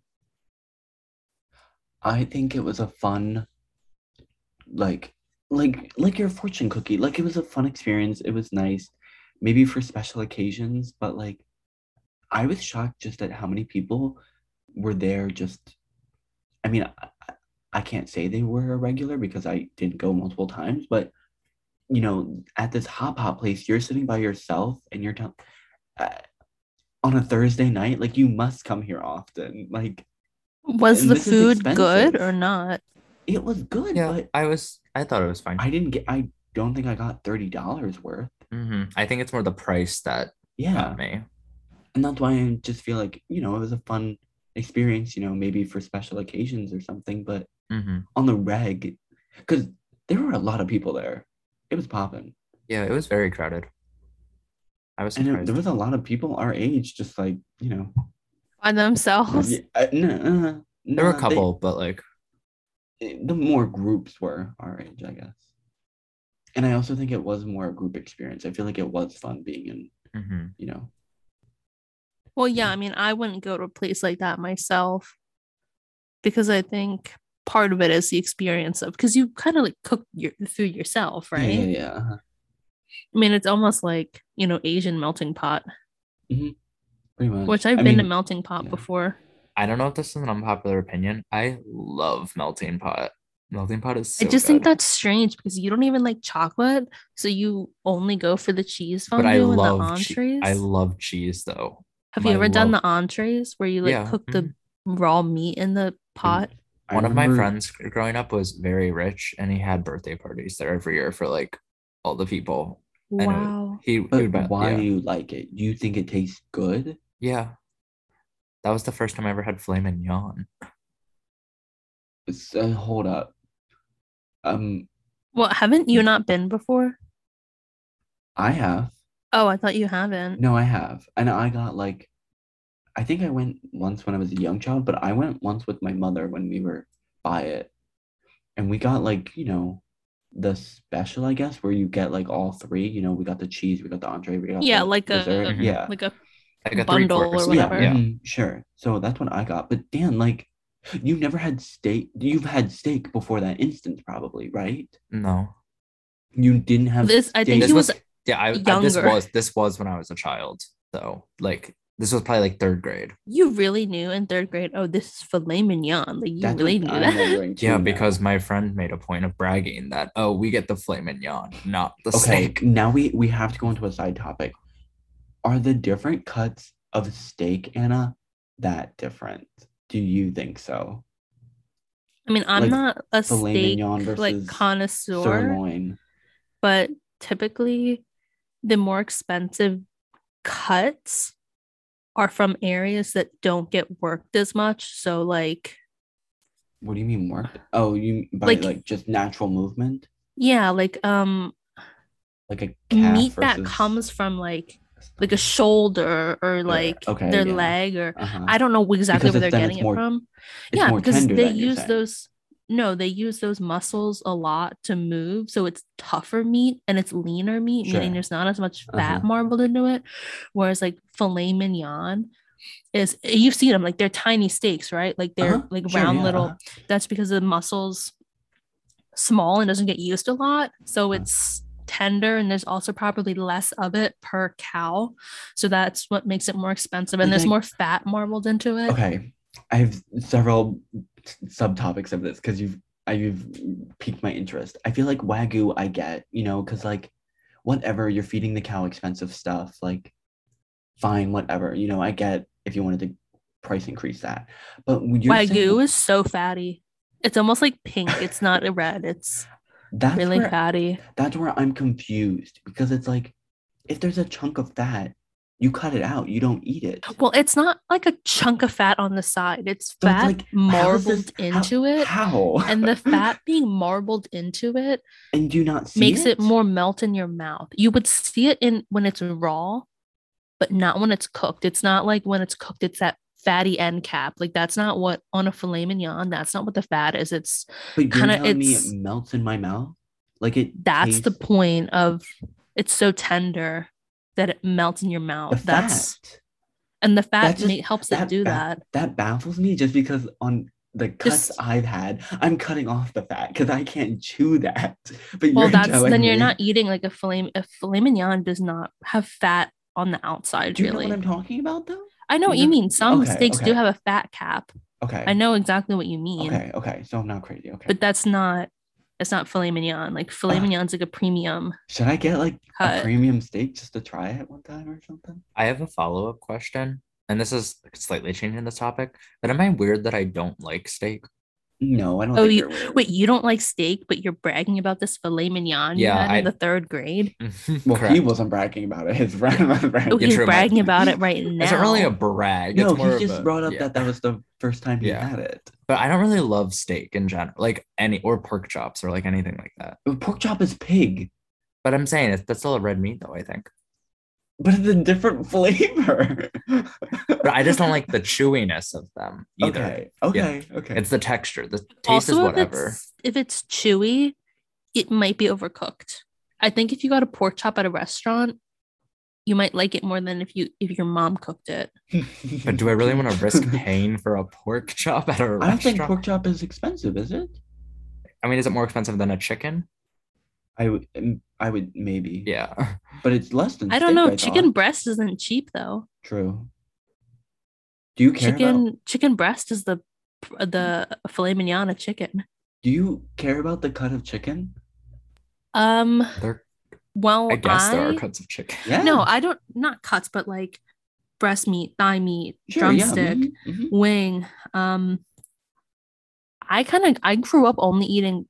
Speaker 1: I think it was a fun, like, like, like your fortune cookie. Like it was a fun experience. It was nice, maybe for special occasions, but like, I was shocked just at how many people were there. Just, I mean, I, I- I can't say they were a regular because I didn't go multiple times, but you know, at this hop hop place, you're sitting by yourself and you're telling, uh, on a Thursday night, like you must come here often, like.
Speaker 2: Was
Speaker 1: and
Speaker 2: the
Speaker 1: this is
Speaker 2: food good
Speaker 1: expensive.
Speaker 2: or not?
Speaker 1: It was good,
Speaker 3: Yeah,
Speaker 1: but
Speaker 3: I was I thought it was fine.
Speaker 1: I didn't get. I don't think I got thirty dollars worth.
Speaker 3: hmm I think it's more the price that
Speaker 1: Yeah,
Speaker 3: got me.
Speaker 1: and that's why I just feel like you know it was a fun experience. You know, maybe for special occasions or something. But
Speaker 2: Mm-hmm.
Speaker 3: hmm
Speaker 1: on the reg, because there were a lot of people there, it was popping,
Speaker 3: Yeah, it was very crowded. I was
Speaker 1: and
Speaker 3: surprised.
Speaker 1: it, there was a lot of people our age, just like you know.
Speaker 2: By themselves?
Speaker 1: yeah, uh, no, uh,
Speaker 3: there were
Speaker 1: nah,
Speaker 3: a
Speaker 1: they-
Speaker 3: couple, but like
Speaker 1: the more groups were our age, I guess. And I also think it was more a group experience. I feel like it was fun being in,
Speaker 3: Mm-hmm.
Speaker 1: you know,
Speaker 2: Well, yeah, I mean, I wouldn't go to a place like that myself because I think part of it is the experience of because you kind of like cook your the food yourself,
Speaker 1: Yeah,
Speaker 2: right?
Speaker 1: Yeah, yeah. uh-huh.
Speaker 2: I mean, it's almost like you know Asian melting pot,
Speaker 1: Pretty much.
Speaker 2: which I've
Speaker 1: Mm. I
Speaker 2: been to
Speaker 1: mean,
Speaker 2: melting pot
Speaker 1: yeah.
Speaker 2: before.
Speaker 3: I don't know if this is an unpopular opinion. I love melting pot. Melting pot is so
Speaker 2: I just
Speaker 3: good.
Speaker 2: think that's strange because you don't even like chocolate, so you only go for the cheese fondue
Speaker 3: but I
Speaker 2: and the
Speaker 3: love che-
Speaker 2: entrees.
Speaker 3: I love cheese though.
Speaker 2: Have you
Speaker 3: I
Speaker 2: ever done
Speaker 3: love-
Speaker 2: the entrees where you like
Speaker 3: Yeah,
Speaker 2: cook the
Speaker 1: mm-hmm.
Speaker 2: raw meat in the pot?
Speaker 1: I
Speaker 3: One of my
Speaker 1: remember-
Speaker 3: friends gr- growing up was very rich and he had birthday parties there every year for like all the people. I know.
Speaker 2: Wow.
Speaker 3: He, he
Speaker 1: But
Speaker 3: would buy-
Speaker 1: why
Speaker 3: yeah.
Speaker 1: do you like it? Do you think it tastes good?
Speaker 3: Yeah. That was the first time I ever had filet mignon.
Speaker 1: It's, uh, hold up. Um,
Speaker 2: Well, haven't you not been before?
Speaker 1: I have.
Speaker 2: Oh, I thought you haven't.
Speaker 1: No, I have. And I got like, I think I went once when I was a young child, but I went once with my mother when we were by it. And we got like, you know, the special, I guess, where you get like all three. You know, we got the cheese, we got the entree, we got
Speaker 2: Yeah,
Speaker 1: the
Speaker 2: like a- uh-huh.
Speaker 1: dessert.
Speaker 3: Mhm.
Speaker 1: yeah.
Speaker 2: Like uh, a
Speaker 3: Like a
Speaker 2: Bundle or
Speaker 3: three-course meal,
Speaker 2: whatever.
Speaker 1: Yeah,
Speaker 3: Yeah.
Speaker 1: mhm, sure. So that's what I got. But Dan, like, you've never had steak. You've had steak before that instance, probably, right?
Speaker 3: No.
Speaker 1: You didn't have
Speaker 2: this. I think
Speaker 1: This
Speaker 2: he was.
Speaker 3: Yeah, I, I- this
Speaker 2: younger.
Speaker 3: was this was when I was a child though. Like this was probably like third grade.
Speaker 2: You really knew in third grade. Oh, this is filet mignon. Like you
Speaker 1: That's
Speaker 2: really
Speaker 1: what
Speaker 2: knew
Speaker 1: I'm
Speaker 2: that.
Speaker 1: wondering, too,
Speaker 3: Yeah,
Speaker 1: now.
Speaker 3: because my friend made a point of bragging that oh, we get the filet mignon, not the
Speaker 1: okay,
Speaker 3: steak.
Speaker 1: now we we have to go into a side topic. Are the different cuts of steak, Anna, that different? Do you think so?
Speaker 2: I mean, I'm
Speaker 1: Like,
Speaker 2: not a
Speaker 1: filet
Speaker 2: steak
Speaker 1: mignon
Speaker 2: like
Speaker 1: versus
Speaker 2: connoisseur,
Speaker 1: Sirloin.
Speaker 2: but typically, the more expensive cuts are from areas that don't get worked as much. So, like,
Speaker 1: What do you mean work? Oh, you by
Speaker 2: Like-
Speaker 1: like, just natural movement,
Speaker 2: yeah, like um,
Speaker 1: like a calf
Speaker 2: meat that
Speaker 1: versus
Speaker 2: comes from like
Speaker 1: stomach?
Speaker 2: like a shoulder or like
Speaker 1: okay,
Speaker 2: their
Speaker 1: yeah.
Speaker 2: leg or
Speaker 1: Uh-huh.
Speaker 2: I don't know exactly
Speaker 1: Because
Speaker 2: where
Speaker 1: it's-
Speaker 2: they're
Speaker 1: then
Speaker 2: getting
Speaker 1: it's
Speaker 2: it
Speaker 1: more-
Speaker 2: from.
Speaker 1: It's
Speaker 2: yeah,
Speaker 1: more
Speaker 2: because
Speaker 1: tender
Speaker 2: they
Speaker 1: than you're
Speaker 2: use
Speaker 1: saying.
Speaker 2: those. No, they use those muscles a lot to move, so it's tougher meat and it's leaner meat, meaning
Speaker 1: Sure.
Speaker 2: there's not as much fat
Speaker 1: Uh-huh.
Speaker 2: marbled into it. Whereas like filet mignon is you've seen them like they're tiny steaks, right? Like they're
Speaker 1: Uh-huh,
Speaker 2: like
Speaker 1: sure,
Speaker 2: round
Speaker 1: yeah,
Speaker 2: little.
Speaker 1: uh-huh.
Speaker 2: That's because the muscles small and doesn't get used a lot,
Speaker 1: Uh-huh.
Speaker 2: so it's tender and there's also probably less of it per cow, so that's what makes it more expensive and
Speaker 1: Is
Speaker 2: there's
Speaker 1: that-
Speaker 2: more fat marbled into it.
Speaker 1: Okay, I have several s- subtopics of this because you've I- you've piqued my interest. I feel like wagyu, I get, you know, because like, whatever you're feeding the cow expensive stuff, like, fine, whatever, you know, I get if you wanted to price increase that, but when you're
Speaker 2: Wagyu
Speaker 1: saying-
Speaker 2: is so fatty. It's almost like pink. It's not a red. It's
Speaker 1: that's
Speaker 2: really
Speaker 1: where-
Speaker 2: fatty.
Speaker 1: that's where I'm confused because it's like, if there's a chunk of fat, you cut it out, you don't eat it.
Speaker 2: Well, it's not like a chunk of fat on the side. It's
Speaker 1: So it's
Speaker 2: fat
Speaker 1: like, how does
Speaker 2: marbled
Speaker 1: this- how-
Speaker 2: into it.
Speaker 1: How?
Speaker 2: And the fat being marbled into it
Speaker 1: and do you not see
Speaker 2: makes it more melt in your mouth. You would see it in when it's raw, but not when it's cooked. It's not like when it's cooked, it's that fatty end cap. Like that's not what on a filet mignon, that's not what the fat is. It's
Speaker 1: But you're
Speaker 2: kinda-
Speaker 1: telling me
Speaker 2: it's-
Speaker 1: it melts in my mouth? Like it
Speaker 2: that's the
Speaker 1: tastes
Speaker 2: point of it's so tender that it melts in your
Speaker 1: the
Speaker 2: mouth. that's
Speaker 1: fat.
Speaker 2: and the fat
Speaker 1: That just-
Speaker 2: ma- helps it
Speaker 1: that
Speaker 2: do
Speaker 1: ba-
Speaker 2: that.
Speaker 1: That baffles me just because on the cuts
Speaker 2: Just-
Speaker 1: I've had, I'm cutting off the fat because I can't chew that. But
Speaker 2: Well,
Speaker 1: you're
Speaker 2: that's
Speaker 1: telling
Speaker 2: then you're
Speaker 1: me-
Speaker 2: not eating like a filet. A filet mignon does not have fat on the outside.
Speaker 1: Do you
Speaker 2: really,
Speaker 1: know what I'm talking about though?
Speaker 2: I know what
Speaker 1: you
Speaker 2: you
Speaker 1: know-
Speaker 2: mean. Some
Speaker 1: okay,
Speaker 2: steaks do
Speaker 1: okay.
Speaker 2: have a fat cap.
Speaker 1: Okay.
Speaker 2: I know exactly what you mean,
Speaker 1: Okay. Okay. So I'm not crazy. Okay.
Speaker 2: but that's not. It's not filet mignon. Like filet
Speaker 1: Ugh.
Speaker 2: mignon's like a premium
Speaker 1: Should I get like
Speaker 2: cut.
Speaker 1: a premium steak just to try it one time or something?
Speaker 3: I have a follow up question, and this is slightly changing this topic. But am I weird that I don't like steak?
Speaker 1: No, I don't.
Speaker 2: Oh,
Speaker 1: think
Speaker 2: you-
Speaker 1: you're weird.
Speaker 2: Wait, you don't like steak, but you're bragging about this filet mignon you
Speaker 3: Yeah,
Speaker 2: had in
Speaker 3: I-
Speaker 2: the third grade.
Speaker 1: Well,
Speaker 3: Correct.
Speaker 1: he wasn't bragging about it. His friend was bragging.
Speaker 2: Oh,
Speaker 3: Yeah,
Speaker 2: he's
Speaker 3: true, my-
Speaker 2: bragging about it right now.
Speaker 3: It's not really a brag.
Speaker 1: no,
Speaker 3: it's more
Speaker 1: he
Speaker 3: of
Speaker 1: just
Speaker 3: a-
Speaker 1: brought up
Speaker 3: yeah.
Speaker 1: that that was the first time he
Speaker 3: Yeah.
Speaker 1: had it.
Speaker 3: But I don't really love steak in general, like any or pork chops or like anything like that.
Speaker 1: Pork chop is pig.
Speaker 3: But I'm saying it's that's still a red meat though. I think
Speaker 1: but it's a different flavor.
Speaker 3: But I just don't like the chewiness of them either.
Speaker 1: Okay. Okay. Okay.
Speaker 3: It's the texture. The taste is
Speaker 2: also, if
Speaker 3: whatever.
Speaker 2: it's, if it's chewy, it might be overcooked. I think if you got a pork chop at a restaurant, you might like it more than if you if your mom cooked it.
Speaker 3: But do I really want to risk paying for a pork chop at a
Speaker 1: I don't
Speaker 3: restaurant?
Speaker 1: think pork chop is expensive, is it?
Speaker 3: I mean, is it more expensive than a chicken?
Speaker 1: I would, mm, I would maybe.
Speaker 3: Yeah.
Speaker 1: But it's less than.
Speaker 2: I don't
Speaker 1: steak,
Speaker 2: know.
Speaker 1: thought.
Speaker 2: chicken breast isn't cheap though.
Speaker 1: True. Do you care
Speaker 2: chicken
Speaker 1: about?
Speaker 2: chicken breast is the the filet mignon of chicken.
Speaker 1: Do you care about the cut of chicken?
Speaker 2: Um.
Speaker 3: There,
Speaker 2: Well,
Speaker 3: I guess there are
Speaker 2: I-
Speaker 3: cuts of chicken.
Speaker 1: Yeah.
Speaker 2: No, I don't. Not cuts, but like breast meat, thigh meat,
Speaker 1: Sure, yeah,
Speaker 2: drumstick,
Speaker 3: mm-hmm.
Speaker 1: mhm, mhm.
Speaker 2: wing. Um, I kind of I grew up only eating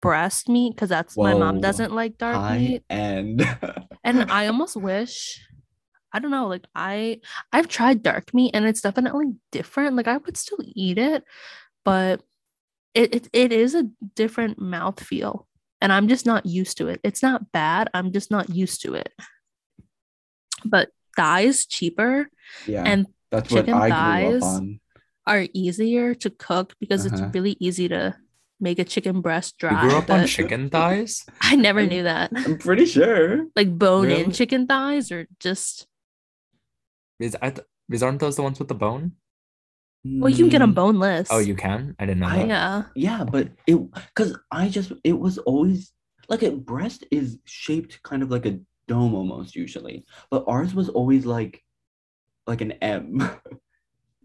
Speaker 2: breast meat because that's my mom
Speaker 1: Whoa.
Speaker 2: doesn't like dark
Speaker 1: High
Speaker 2: meat,
Speaker 1: end.
Speaker 2: and I almost wish. I don't know. Like I I've tried dark meat and it's definitely different. Like I would still eat it, but it it, it is a different mouthfeel. And I'm just not used to it. It's not bad. I'm just not used to it. But thigh is cheaper
Speaker 1: yeah.
Speaker 2: and
Speaker 1: that's
Speaker 2: chicken
Speaker 1: what I grew
Speaker 2: thighs.
Speaker 1: up on
Speaker 2: are easier to cook because
Speaker 1: Uh-huh.
Speaker 2: it's really easy to make a chicken breast
Speaker 3: You
Speaker 2: dry.
Speaker 3: grew up on
Speaker 2: but
Speaker 3: chicken thighs?
Speaker 2: I never knew that.
Speaker 1: I'm pretty sure.
Speaker 2: Like bone in
Speaker 3: Really?
Speaker 2: chicken thighs or just
Speaker 3: These, I th- these aren't those the ones with the bone?
Speaker 2: well, you can get them
Speaker 1: Mm,
Speaker 2: boneless.
Speaker 3: Oh, you can? I didn't know
Speaker 1: I-
Speaker 3: that.
Speaker 2: yeah.
Speaker 1: Yeah, but it because I just it was always like a breast is shaped kind of like a dome almost usually, but ours was always like like an M.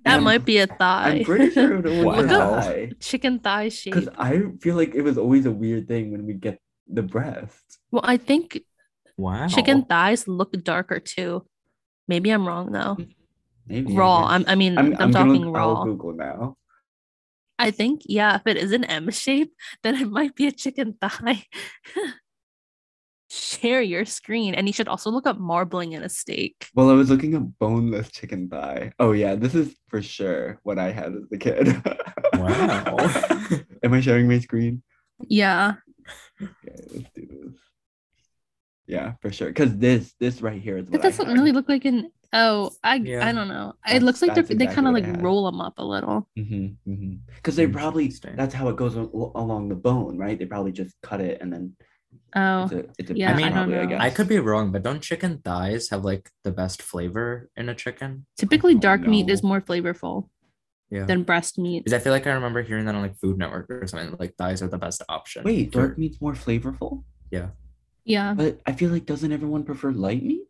Speaker 2: That
Speaker 1: I'm-
Speaker 2: might be a thigh.
Speaker 1: I'm pretty sure it was
Speaker 3: Wow.
Speaker 1: a thigh.
Speaker 2: chicken thigh
Speaker 1: Because
Speaker 2: shape.
Speaker 1: I feel like it was always a weird thing when we get the breast.
Speaker 2: Well, I think
Speaker 3: Wow.
Speaker 2: chicken thighs look darker too. Maybe I'm wrong though.
Speaker 1: Maybe
Speaker 2: Raw. I'm, I mean, I'm,
Speaker 1: gonna-
Speaker 2: talking
Speaker 1: I'll
Speaker 2: raw.
Speaker 1: Google now.
Speaker 2: I think, yeah, if it is an M shape, then it might be a chicken thigh. Share your screen. And you should also look up marbling in a steak.
Speaker 1: Well, I was looking at boneless chicken thigh. Oh yeah, this is for sure what I had as a kid.
Speaker 3: Wow.
Speaker 1: Am I sharing my screen?
Speaker 2: Yeah.
Speaker 1: Okay, let's do this. Yeah, for sure. Cause this, this right here is what
Speaker 2: That doesn't
Speaker 1: I
Speaker 2: really look like an. Oh, I
Speaker 3: Yeah.
Speaker 2: I don't know. it
Speaker 1: That's-
Speaker 2: looks like they're,
Speaker 1: that's
Speaker 2: they
Speaker 1: exactly
Speaker 2: kind of
Speaker 1: what I
Speaker 2: like
Speaker 1: had.
Speaker 2: roll them up a little.
Speaker 1: Mm-hmm, Cause they probably
Speaker 3: Interesting.
Speaker 1: that's how it goes al- along the bone, right? They probably just cut it and then
Speaker 2: Oh,
Speaker 1: it's a it's a
Speaker 2: yeah,
Speaker 1: piece
Speaker 3: I don't
Speaker 1: probably,
Speaker 2: know.
Speaker 1: guess.
Speaker 3: I could be wrong, but don't chicken thighs have like the best flavor in a chicken?
Speaker 2: typically
Speaker 1: don't
Speaker 2: dark meat is
Speaker 1: know.
Speaker 2: more flavorful
Speaker 3: Yeah.
Speaker 2: than breast meat.
Speaker 3: Because I feel like I remember hearing that on like Food Network or something. Like thighs are the best option.
Speaker 1: Wait,
Speaker 3: for-
Speaker 1: dark meat's more flavorful,
Speaker 2: Yeah.
Speaker 1: but I feel like doesn't everyone prefer light meat?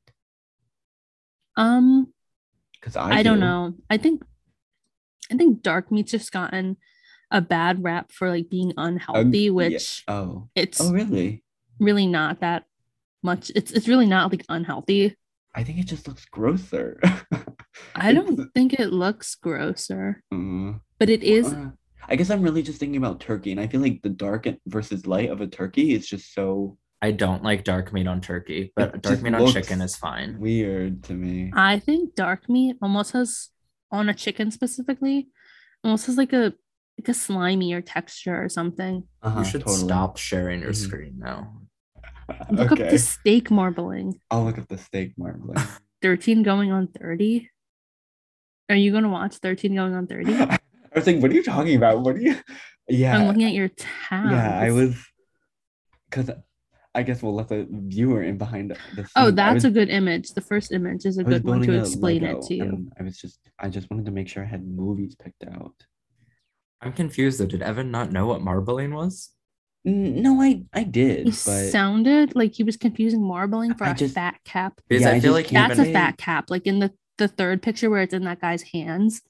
Speaker 2: Um,
Speaker 1: Cause I
Speaker 2: I, don't
Speaker 1: do.
Speaker 2: know. I think, I think dark meat's just gotten a bad rap for like being unhealthy,
Speaker 1: Um, yeah.
Speaker 2: which
Speaker 1: Oh,
Speaker 2: it's
Speaker 1: oh really?
Speaker 2: really not that much. It's it's really not like unhealthy.
Speaker 1: I think it just looks grosser.
Speaker 2: I
Speaker 1: It's-
Speaker 2: don't think it looks grosser,
Speaker 1: Uh,
Speaker 2: but it is
Speaker 1: uh, I guess I'm really just thinking about turkey, and I feel like the dark and- versus light of a turkey is just so
Speaker 3: I don't like dark meat on turkey, but
Speaker 1: It
Speaker 3: dark
Speaker 1: just
Speaker 3: meat
Speaker 1: looks-
Speaker 3: on chicken is fine.
Speaker 1: weird to me.
Speaker 2: I think dark meat almost has on a chicken specifically, almost has like a like a slimier texture or something.
Speaker 1: Uh-huh,
Speaker 3: you should
Speaker 1: totally.
Speaker 3: stop sharing your
Speaker 1: Mhm.
Speaker 2: Mm-hmm.
Speaker 3: screen now.
Speaker 2: Look up
Speaker 1: Okay,
Speaker 2: the steak marbling.
Speaker 1: I'll look up the steak marbling.
Speaker 2: 13 going on 30. Are you gonna watch 13 going on 30?
Speaker 1: I was like, "What are you talking about? What are you?"
Speaker 2: I'm
Speaker 1: Yeah,
Speaker 2: looking at your tab.
Speaker 1: yeah, I was, because I guess we'll let the viewer in behind the. Scenes.
Speaker 2: Oh, that's
Speaker 1: I was,
Speaker 2: a good image. The first image is a
Speaker 1: I was
Speaker 2: good one to
Speaker 1: building a
Speaker 2: explain it
Speaker 1: Lego,
Speaker 2: to you.
Speaker 1: and I was just, I just wanted to make sure I had movies picked out.
Speaker 3: I'm confused though. Did Evan not know what marbling was?
Speaker 2: Mm,
Speaker 1: N- No, I, I did,
Speaker 2: He
Speaker 1: but
Speaker 2: sounded like he was confusing marbling for
Speaker 1: I
Speaker 2: a
Speaker 1: just-
Speaker 2: fat cap.
Speaker 3: Because
Speaker 1: Yeah,
Speaker 3: I
Speaker 1: I just
Speaker 3: feel like
Speaker 1: can't
Speaker 2: That's
Speaker 3: even
Speaker 2: a
Speaker 1: believe-
Speaker 2: fat cap. Like in the the third picture where it's in that guy's hands,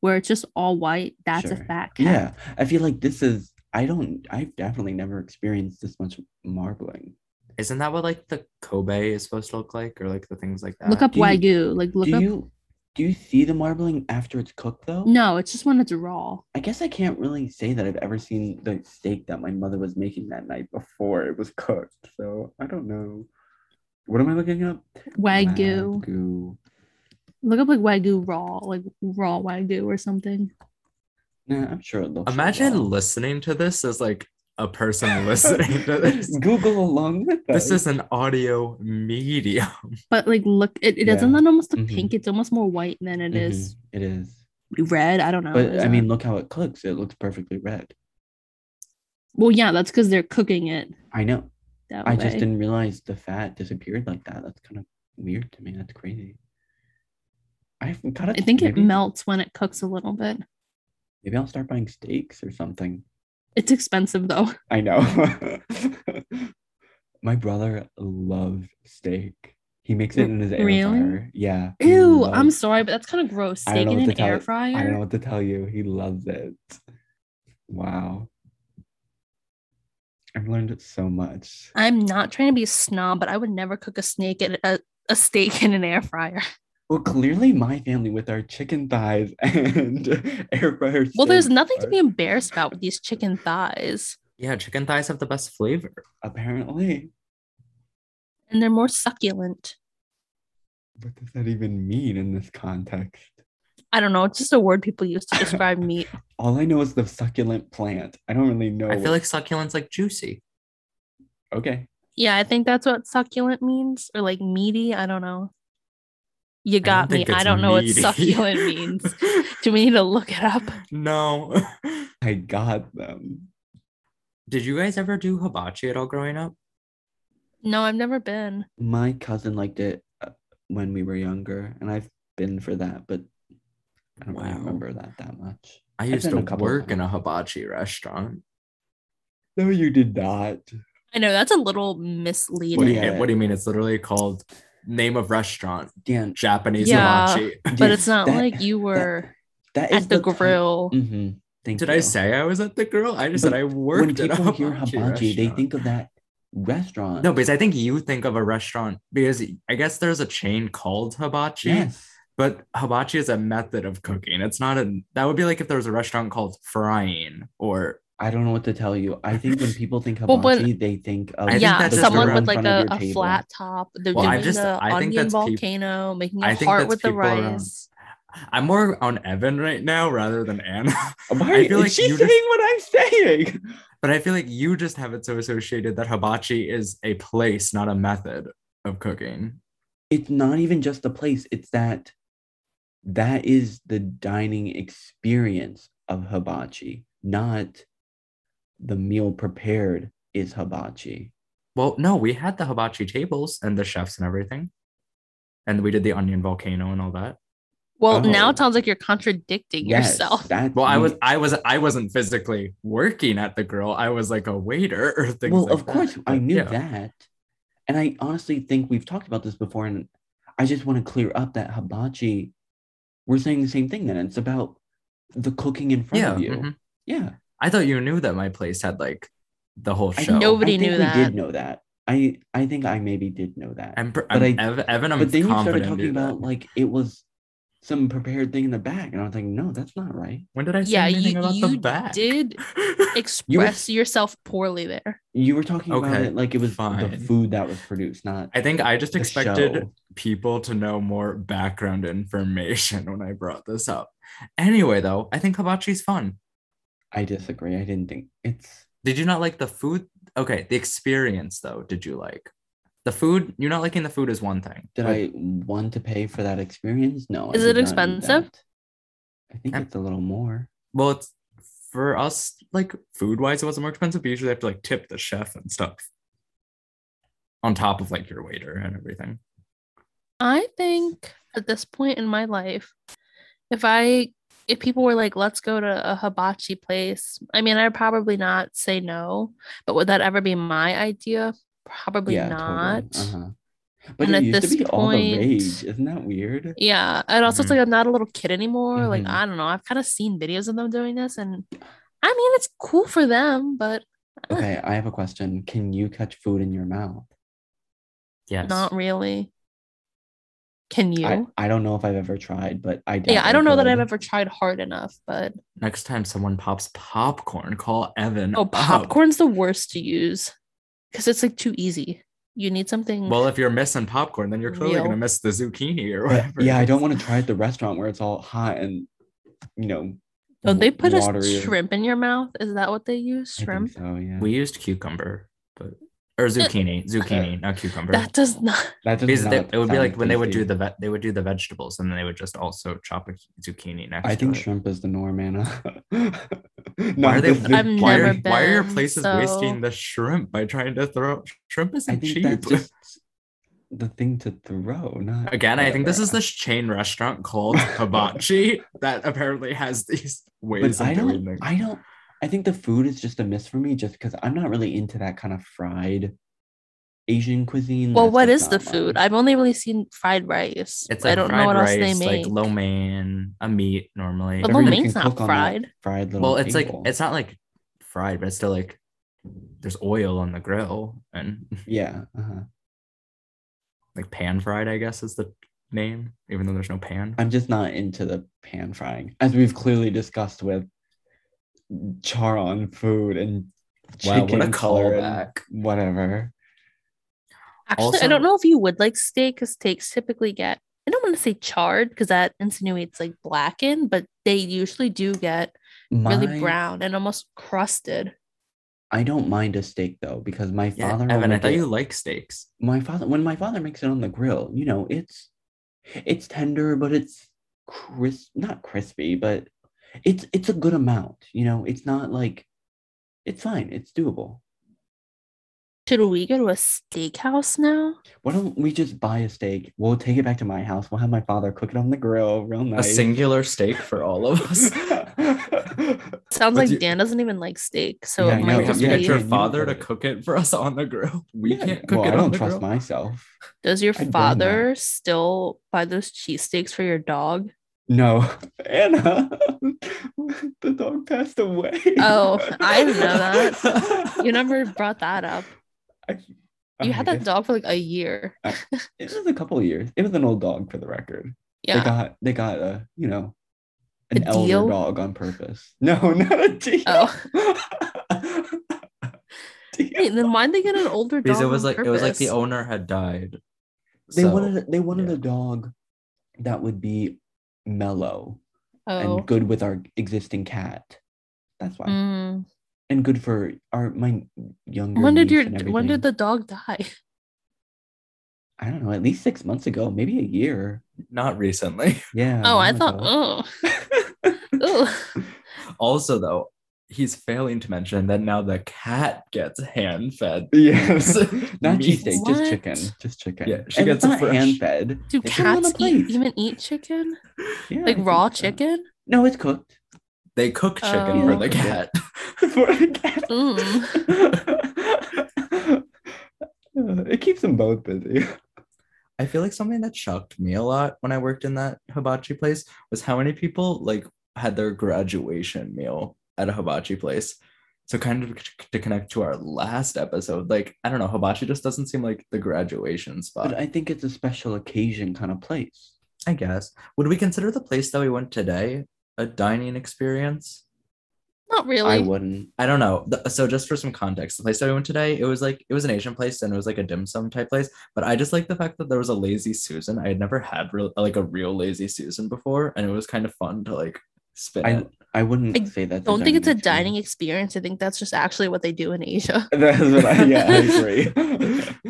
Speaker 2: where it's just all white. That's a
Speaker 1: Sure.
Speaker 2: fat cap.
Speaker 1: Yeah, I feel like this is. I don't. I've definitely never experienced this much marbling.
Speaker 3: isn't that what like the Kobe is supposed to look like, or like the things like that?
Speaker 2: Look up
Speaker 1: do you-
Speaker 2: wagyu. like look
Speaker 1: do
Speaker 2: up.
Speaker 1: you do you see the marbling after it's cooked though?
Speaker 2: No, it's just when it's raw.
Speaker 1: I guess I can't really say that I've ever seen the steak that my mother was making that night before it was cooked. So I don't know. What am I looking up?
Speaker 2: Wagyu.
Speaker 1: Wagyu.
Speaker 2: Look up like wagyu raw, like raw wagyu or something.
Speaker 1: Nah, I'm sure it looks.
Speaker 3: Imagine
Speaker 1: raw.
Speaker 3: listening to this as like a person listening to this.
Speaker 1: Google along with us.
Speaker 3: This is an audio medium.
Speaker 2: But like, look, it, it doesn't
Speaker 3: Yeah.
Speaker 2: that almost look
Speaker 1: Mhm.
Speaker 2: pink. It's almost more white than it
Speaker 1: Mhm,
Speaker 2: is Oh,
Speaker 1: It is.
Speaker 2: red. I don't know.
Speaker 1: Mm-hmm. But
Speaker 2: Is
Speaker 1: I
Speaker 2: that-
Speaker 1: mean, look how it cooks. It looks perfectly red.
Speaker 2: well, yeah, that's because they're cooking it
Speaker 1: I know.
Speaker 2: that
Speaker 1: I
Speaker 2: way.
Speaker 1: just didn't realize the fat disappeared like that. That's kind of weird to me. That's crazy. I've got
Speaker 2: I think it melts when it cooks a little bit.
Speaker 1: Maybe I'll start buying steaks or something.
Speaker 2: It's expensive though.
Speaker 1: I know. My brother loves steak. He makes it in his air
Speaker 2: Really?
Speaker 1: fryer. Yeah. he
Speaker 2: Ew, I'm
Speaker 1: loves-
Speaker 2: sorry, but that's kind of gross.
Speaker 1: I don't
Speaker 2: Steak
Speaker 1: know
Speaker 2: in
Speaker 1: what to
Speaker 2: an
Speaker 1: tell
Speaker 2: air
Speaker 1: you. I don't know
Speaker 2: fryer.
Speaker 1: what to tell you. He loves it. Wow. I've learned so much.
Speaker 2: I'm not trying to be a snob, but I would never cook a snake in a, a steak in an air fryer.
Speaker 1: Well, clearly my family with our chicken thighs and air fryer.
Speaker 2: Well, there's
Speaker 1: steaks
Speaker 2: nothing to
Speaker 1: are-
Speaker 2: be embarrassed about with these chicken thighs,
Speaker 3: Yeah, chicken thighs have the best flavor.
Speaker 1: apparently.
Speaker 2: and they're more succulent.
Speaker 1: What does that even mean in this context?
Speaker 2: I don't know. It's just a word people use to describe meat.
Speaker 1: All I know is the succulent plant. I don't really know.
Speaker 3: I feel
Speaker 1: what-
Speaker 3: like succulent's like juicy.
Speaker 1: okay.
Speaker 2: Yeah, I think that's what succulent means, or like meaty. I don't know. You
Speaker 3: don't
Speaker 2: got me.
Speaker 3: think
Speaker 2: I
Speaker 3: it's
Speaker 2: don't know
Speaker 3: meaty.
Speaker 2: what succulent means. Do we need to look it up?
Speaker 3: no.
Speaker 1: I got them.
Speaker 3: Did you guys ever do hibachi at all growing up?
Speaker 2: No, I've never been.
Speaker 1: My cousin liked it uh, when we were younger, and I've been for that, but I don't really
Speaker 3: Wow.
Speaker 1: remember that that much.
Speaker 3: I used
Speaker 1: been a
Speaker 3: to
Speaker 1: couple of
Speaker 3: work in a
Speaker 1: times.
Speaker 3: hibachi restaurant.
Speaker 1: No, you did not.
Speaker 2: I know that's a little misleading.
Speaker 1: What do you-
Speaker 3: Yeah, What do you mean? It's literally called name of restaurant
Speaker 1: Dan,
Speaker 3: Japanese
Speaker 2: Yeah,
Speaker 3: hibachi.
Speaker 2: but it's not like you were
Speaker 1: that
Speaker 2: at the, grill.
Speaker 1: Mm-hmm. Thank
Speaker 3: Did
Speaker 1: you.
Speaker 3: I say I was at the grill? I just
Speaker 1: But
Speaker 3: said I worked
Speaker 1: when
Speaker 3: at a
Speaker 1: people
Speaker 3: hibachi,
Speaker 1: hear hibachi, they
Speaker 3: restaurant.
Speaker 1: think of that restaurant.
Speaker 3: No, because I think you think of a restaurant because I guess there's a chain called hibachi,
Speaker 1: yes,
Speaker 3: but hibachi is a method of cooking. It's not a that would be like if there was a restaurant called frying or
Speaker 1: I don't know what to tell you. I think when people think
Speaker 2: Well,
Speaker 1: hibachi,
Speaker 2: but-
Speaker 1: they think of
Speaker 3: I think
Speaker 2: yeah,
Speaker 3: that's just
Speaker 2: someone
Speaker 3: around
Speaker 2: with like
Speaker 1: in front
Speaker 2: a,
Speaker 1: of your
Speaker 2: a
Speaker 1: table.
Speaker 2: flat top. They're
Speaker 3: Well, I
Speaker 2: doing
Speaker 3: just-
Speaker 2: the
Speaker 3: I think
Speaker 2: onion
Speaker 3: that's peop-
Speaker 2: volcano, making
Speaker 3: I
Speaker 2: a
Speaker 3: think
Speaker 2: heart
Speaker 3: that's
Speaker 2: with the
Speaker 3: people around-
Speaker 2: rice.
Speaker 3: I'm more on Evan right now rather than Anna.
Speaker 1: Why
Speaker 3: I feel
Speaker 1: is
Speaker 3: like
Speaker 1: she
Speaker 3: you
Speaker 1: saying
Speaker 3: just-
Speaker 1: what I'm saying?
Speaker 3: But I feel like you just have it so associated that hibachi is a place, not a method of cooking.
Speaker 1: It's not even just the place. It's that that is the dining experience of hibachi, not the meal prepared is hibachi.
Speaker 3: Well, no, we had the hibachi tables and the chefs and everything. And we did the onion volcano and all that.
Speaker 2: Well, now
Speaker 1: Oh.
Speaker 2: it sounds like you're contradicting
Speaker 1: Yes,
Speaker 2: yourself.
Speaker 1: that's
Speaker 3: Well, I
Speaker 1: the-
Speaker 3: was I was I wasn't physically working at the grill. I was like a waiter or things
Speaker 1: well
Speaker 3: like
Speaker 1: of course
Speaker 3: that.
Speaker 1: i
Speaker 3: But,
Speaker 1: knew
Speaker 3: yeah.
Speaker 1: that and i honestly think we've talked about this before and i just want to clear up that hibachi we're saying the same thing then it's about the cooking in front
Speaker 3: Yeah.
Speaker 1: of you
Speaker 2: Mm-hmm.
Speaker 3: mhm.
Speaker 1: yeah
Speaker 3: I thought you knew that my place had like the whole
Speaker 1: I
Speaker 3: show.
Speaker 2: know- Nobody
Speaker 1: I think
Speaker 2: knew
Speaker 1: we
Speaker 2: that.
Speaker 1: did know that i i think i maybe did know that
Speaker 3: I'm, pr-
Speaker 1: but
Speaker 3: I'm
Speaker 1: I-
Speaker 3: Ev- Evan, I'm
Speaker 1: but then you started
Speaker 3: confident
Speaker 1: talking
Speaker 3: knew that.
Speaker 1: about like it was some prepared thing in the back and i was like no that's not right
Speaker 3: when did I say
Speaker 2: Yeah,
Speaker 3: anything
Speaker 2: you-
Speaker 3: about the
Speaker 2: you
Speaker 3: back?
Speaker 2: did Express yourself poorly there.
Speaker 1: you were talking about
Speaker 3: Okay,
Speaker 1: it like it was the
Speaker 3: fine.
Speaker 1: food that was produced not
Speaker 3: I think I just
Speaker 1: the
Speaker 3: expected
Speaker 1: show.
Speaker 3: people to know more background information when I brought this up. Anyway, though, I think hibachi's fun.
Speaker 1: i disagree i didn't think it's
Speaker 3: Did you not like the food? Okay, the experience though, did you like? The food, you're not liking the food is one thing.
Speaker 1: Did
Speaker 3: but
Speaker 1: I want to pay for that experience? No. I
Speaker 2: Is
Speaker 1: did
Speaker 2: it
Speaker 1: not need
Speaker 2: expensive?
Speaker 1: that. I think
Speaker 3: Um,
Speaker 1: it's a little more.
Speaker 3: Well, it's for us, like food wise, it wasn't more expensive, but you usually have to like tip the chef and stuff on top of like your waiter and everything.
Speaker 2: I think at this point in my life, if I if people were like, let's go to a hibachi place, I mean I'd probably not say no, but would that ever be my idea? Probably not.
Speaker 1: Totally. Uh-huh. But
Speaker 2: And
Speaker 1: it
Speaker 2: at
Speaker 1: used
Speaker 2: this
Speaker 1: to be all the
Speaker 2: point-
Speaker 1: rage. Isn't that weird?
Speaker 2: Yeah. And also it's
Speaker 1: Mm-hmm.
Speaker 3: Mhm.
Speaker 2: like I'm not a little kid anymore. Like,
Speaker 1: Mhm.
Speaker 2: I don't know. I've kind of seen videos of them doing this and I mean it's cool for them, but uh,
Speaker 1: Okay, I have a question. Can you catch food in your mouth?
Speaker 3: Yes.
Speaker 2: Not really. Can you?
Speaker 1: I, I don't know if I've ever tried, but I doubt
Speaker 2: yeah, I don't know that I've
Speaker 1: could.
Speaker 2: ever tried hard enough, but
Speaker 3: Next time someone pops popcorn, call Evan.
Speaker 2: oh,
Speaker 3: up.
Speaker 2: popcorn's the worst to use because it's like too easy. You need something.
Speaker 3: Well, if you're missing popcorn, then you're clearly
Speaker 2: Real.
Speaker 3: gonna miss the zucchini or
Speaker 1: But,
Speaker 3: whatever.
Speaker 1: yeah,
Speaker 3: it
Speaker 1: I don't
Speaker 3: is.
Speaker 1: want to try at the restaurant where it's all hot and you know
Speaker 2: Oh, they put
Speaker 1: watery-
Speaker 2: a shrimp in your mouth. Is that what they use?
Speaker 1: I think
Speaker 2: Shrimp?
Speaker 1: So yeah,
Speaker 3: We used cucumber, but or zucchini, zucchini, not cucumber.
Speaker 2: Uh, That does not.
Speaker 1: that does
Speaker 3: Because they-
Speaker 1: not
Speaker 3: it would be
Speaker 1: sound
Speaker 3: like when they would do
Speaker 1: tasty.
Speaker 3: the ve- they would do the vegetables and then they would just also chop a zucchini next.
Speaker 1: I think
Speaker 3: to it.
Speaker 1: shrimp is the norm, Anna.
Speaker 3: Why are they?
Speaker 1: this- this
Speaker 2: I've
Speaker 3: why, are,
Speaker 1: part-
Speaker 2: never
Speaker 3: why are your
Speaker 2: been,
Speaker 3: places
Speaker 2: so-
Speaker 3: wasting the shrimp by trying to throw shrimp
Speaker 1: I
Speaker 3: isn't
Speaker 1: think
Speaker 3: cheap?
Speaker 1: that's just the thing to throw. Not
Speaker 3: Again, I think this is
Speaker 1: whatever.
Speaker 3: this chain restaurant called Hibachi that apparently has these ways
Speaker 1: But I
Speaker 3: of doing
Speaker 1: don't.
Speaker 3: things.
Speaker 1: I don't. I think the food is just a miss for me, just because I'm not really into that kind of fried Asian cuisine.
Speaker 2: Well,
Speaker 1: That's
Speaker 2: what
Speaker 1: just
Speaker 2: is the
Speaker 1: not
Speaker 2: food?
Speaker 1: mine.
Speaker 2: I've only really seen fried rice.
Speaker 3: It's like
Speaker 2: I don't
Speaker 3: fried
Speaker 2: know what else
Speaker 3: rice,
Speaker 2: they make.
Speaker 3: like lo mein, a meat normally.
Speaker 2: But
Speaker 1: Everyone
Speaker 2: lo mein's
Speaker 1: can
Speaker 2: not
Speaker 1: cook on that
Speaker 2: fried.
Speaker 1: Fried little.
Speaker 3: well, it's like
Speaker 1: table.
Speaker 3: it's not like fried, but it's still like there's oil on the grill and
Speaker 1: yeah. Uh-huh.
Speaker 3: like pan fried, I guess is the name, even though there's no pan.
Speaker 1: I'm just not into the pan frying, as we've clearly discussed with char on food and
Speaker 3: Wow, what a
Speaker 1: chicken slur and
Speaker 3: callback.
Speaker 1: Whatever.
Speaker 2: Actually,
Speaker 3: Also-
Speaker 2: I don't know if you would like steak because steaks typically get, I don't want to say charred because that insinuates like blackened, but they usually do get really
Speaker 1: My-
Speaker 2: brown and almost crusted.
Speaker 1: I don't mind a steak though, because my
Speaker 3: Yeah,
Speaker 1: father. will
Speaker 3: Evan, I
Speaker 1: make
Speaker 3: thought
Speaker 1: it-
Speaker 3: you like steaks.
Speaker 1: my father when my father makes it on the grill you know it's it's tender but it's crisp not crispy but it's it's a good amount you know it's not like it's fine it's doable
Speaker 2: Should we go to a steakhouse now?
Speaker 1: why don't we just buy a steak we'll take it back to my house we'll have my father cook it on the grill real
Speaker 3: A
Speaker 1: nice
Speaker 3: singular steak for all of us.
Speaker 2: Sounds
Speaker 3: But
Speaker 2: like
Speaker 3: you-
Speaker 2: Dan doesn't even like steak, so
Speaker 1: Yeah, I
Speaker 2: it
Speaker 1: know,
Speaker 2: might
Speaker 1: we
Speaker 3: have
Speaker 2: just
Speaker 3: to get
Speaker 2: be.
Speaker 3: your
Speaker 1: Yeah, you
Speaker 3: father to
Speaker 1: cook it.
Speaker 3: cook it for us on the grill. We
Speaker 1: Yeah,
Speaker 3: can't cook
Speaker 1: well,
Speaker 3: it
Speaker 1: i
Speaker 3: on
Speaker 1: don't
Speaker 3: the
Speaker 1: trust
Speaker 3: grill.
Speaker 1: myself
Speaker 2: Does your
Speaker 1: I'd burn that.
Speaker 2: father still buy those cheesesteaks for your dog?
Speaker 1: no anna the dog passed away
Speaker 2: Oh, I didn't know
Speaker 1: that
Speaker 2: You never brought that up.
Speaker 3: Oh,
Speaker 2: You had that dog for like a year.
Speaker 1: It was a couple of years. It was an old dog for the record. They
Speaker 2: Yeah.
Speaker 1: got they got a you know
Speaker 2: A
Speaker 1: an elder
Speaker 2: deal?
Speaker 1: dog on purpose. No, not a deal.
Speaker 2: Oh, Wait, then why'd they get an older dog?
Speaker 3: Because it was
Speaker 2: on
Speaker 3: like it was like the
Speaker 2: purpose?
Speaker 3: owner had died.
Speaker 1: They
Speaker 3: So-
Speaker 1: wanted they wanted
Speaker 3: yeah.
Speaker 1: a dog that would be mellow
Speaker 2: Oh.
Speaker 1: and good with our existing cat. That's why.
Speaker 2: Mm.
Speaker 1: And good for our my younger.
Speaker 2: When did
Speaker 1: niece
Speaker 2: your
Speaker 1: and
Speaker 2: when did
Speaker 1: everything.
Speaker 2: the dog die?
Speaker 1: I don't know, at least six months ago, maybe a year.
Speaker 3: not recently.
Speaker 1: Yeah.
Speaker 2: Oh, I
Speaker 1: long
Speaker 2: thought.
Speaker 1: ago.
Speaker 2: Oh, oh.
Speaker 3: Also, though, he's failing to mention that now the cat gets hand fed.
Speaker 1: Yes. Not
Speaker 3: Meat.
Speaker 1: cheesesteak, just chicken.
Speaker 2: oh. What?
Speaker 1: Just chicken.
Speaker 3: Yeah, she
Speaker 1: And it's
Speaker 3: gets a
Speaker 1: not
Speaker 3: fresh-
Speaker 1: hand fed.
Speaker 2: Do
Speaker 1: They put it on
Speaker 2: cats
Speaker 1: a
Speaker 2: eat,
Speaker 1: plate.
Speaker 2: even eat chicken?
Speaker 1: Yeah,
Speaker 2: Like
Speaker 1: I
Speaker 2: raw
Speaker 1: think so.
Speaker 2: chicken?
Speaker 1: No, it's cooked.
Speaker 3: They cook chicken
Speaker 2: Oh.
Speaker 3: for the cat.
Speaker 1: For a cat.
Speaker 2: Mm,
Speaker 1: Uh,
Speaker 2: Mm.
Speaker 1: it keeps them both busy.
Speaker 3: I feel like something that shocked me a lot when I worked in that hibachi place was how many people like had their graduation meal at a hibachi place. So kind of c- to connect to our last episode, like I don't know, hibachi just doesn't seem like the graduation spot.
Speaker 1: But I think it's a special occasion kind of place.
Speaker 3: I guess. Would we consider the place that we went today a dining experience?
Speaker 2: Not
Speaker 1: I
Speaker 2: really.
Speaker 1: wouldn't.
Speaker 3: I don't know. The- So just for some context, the place that we went today, it was like it was an Asian place and it was like a dim sum type place. But I just like the fact that there was a lazy Susan. I had never had real like a real lazy Susan before, and it was kind of fun to like spin.
Speaker 1: I
Speaker 3: it.
Speaker 1: I wouldn't
Speaker 2: I
Speaker 1: say that.
Speaker 2: Don't think it's a dining experience. I think that's just actually what they do in Asia.
Speaker 1: That's what I, yeah, I agree.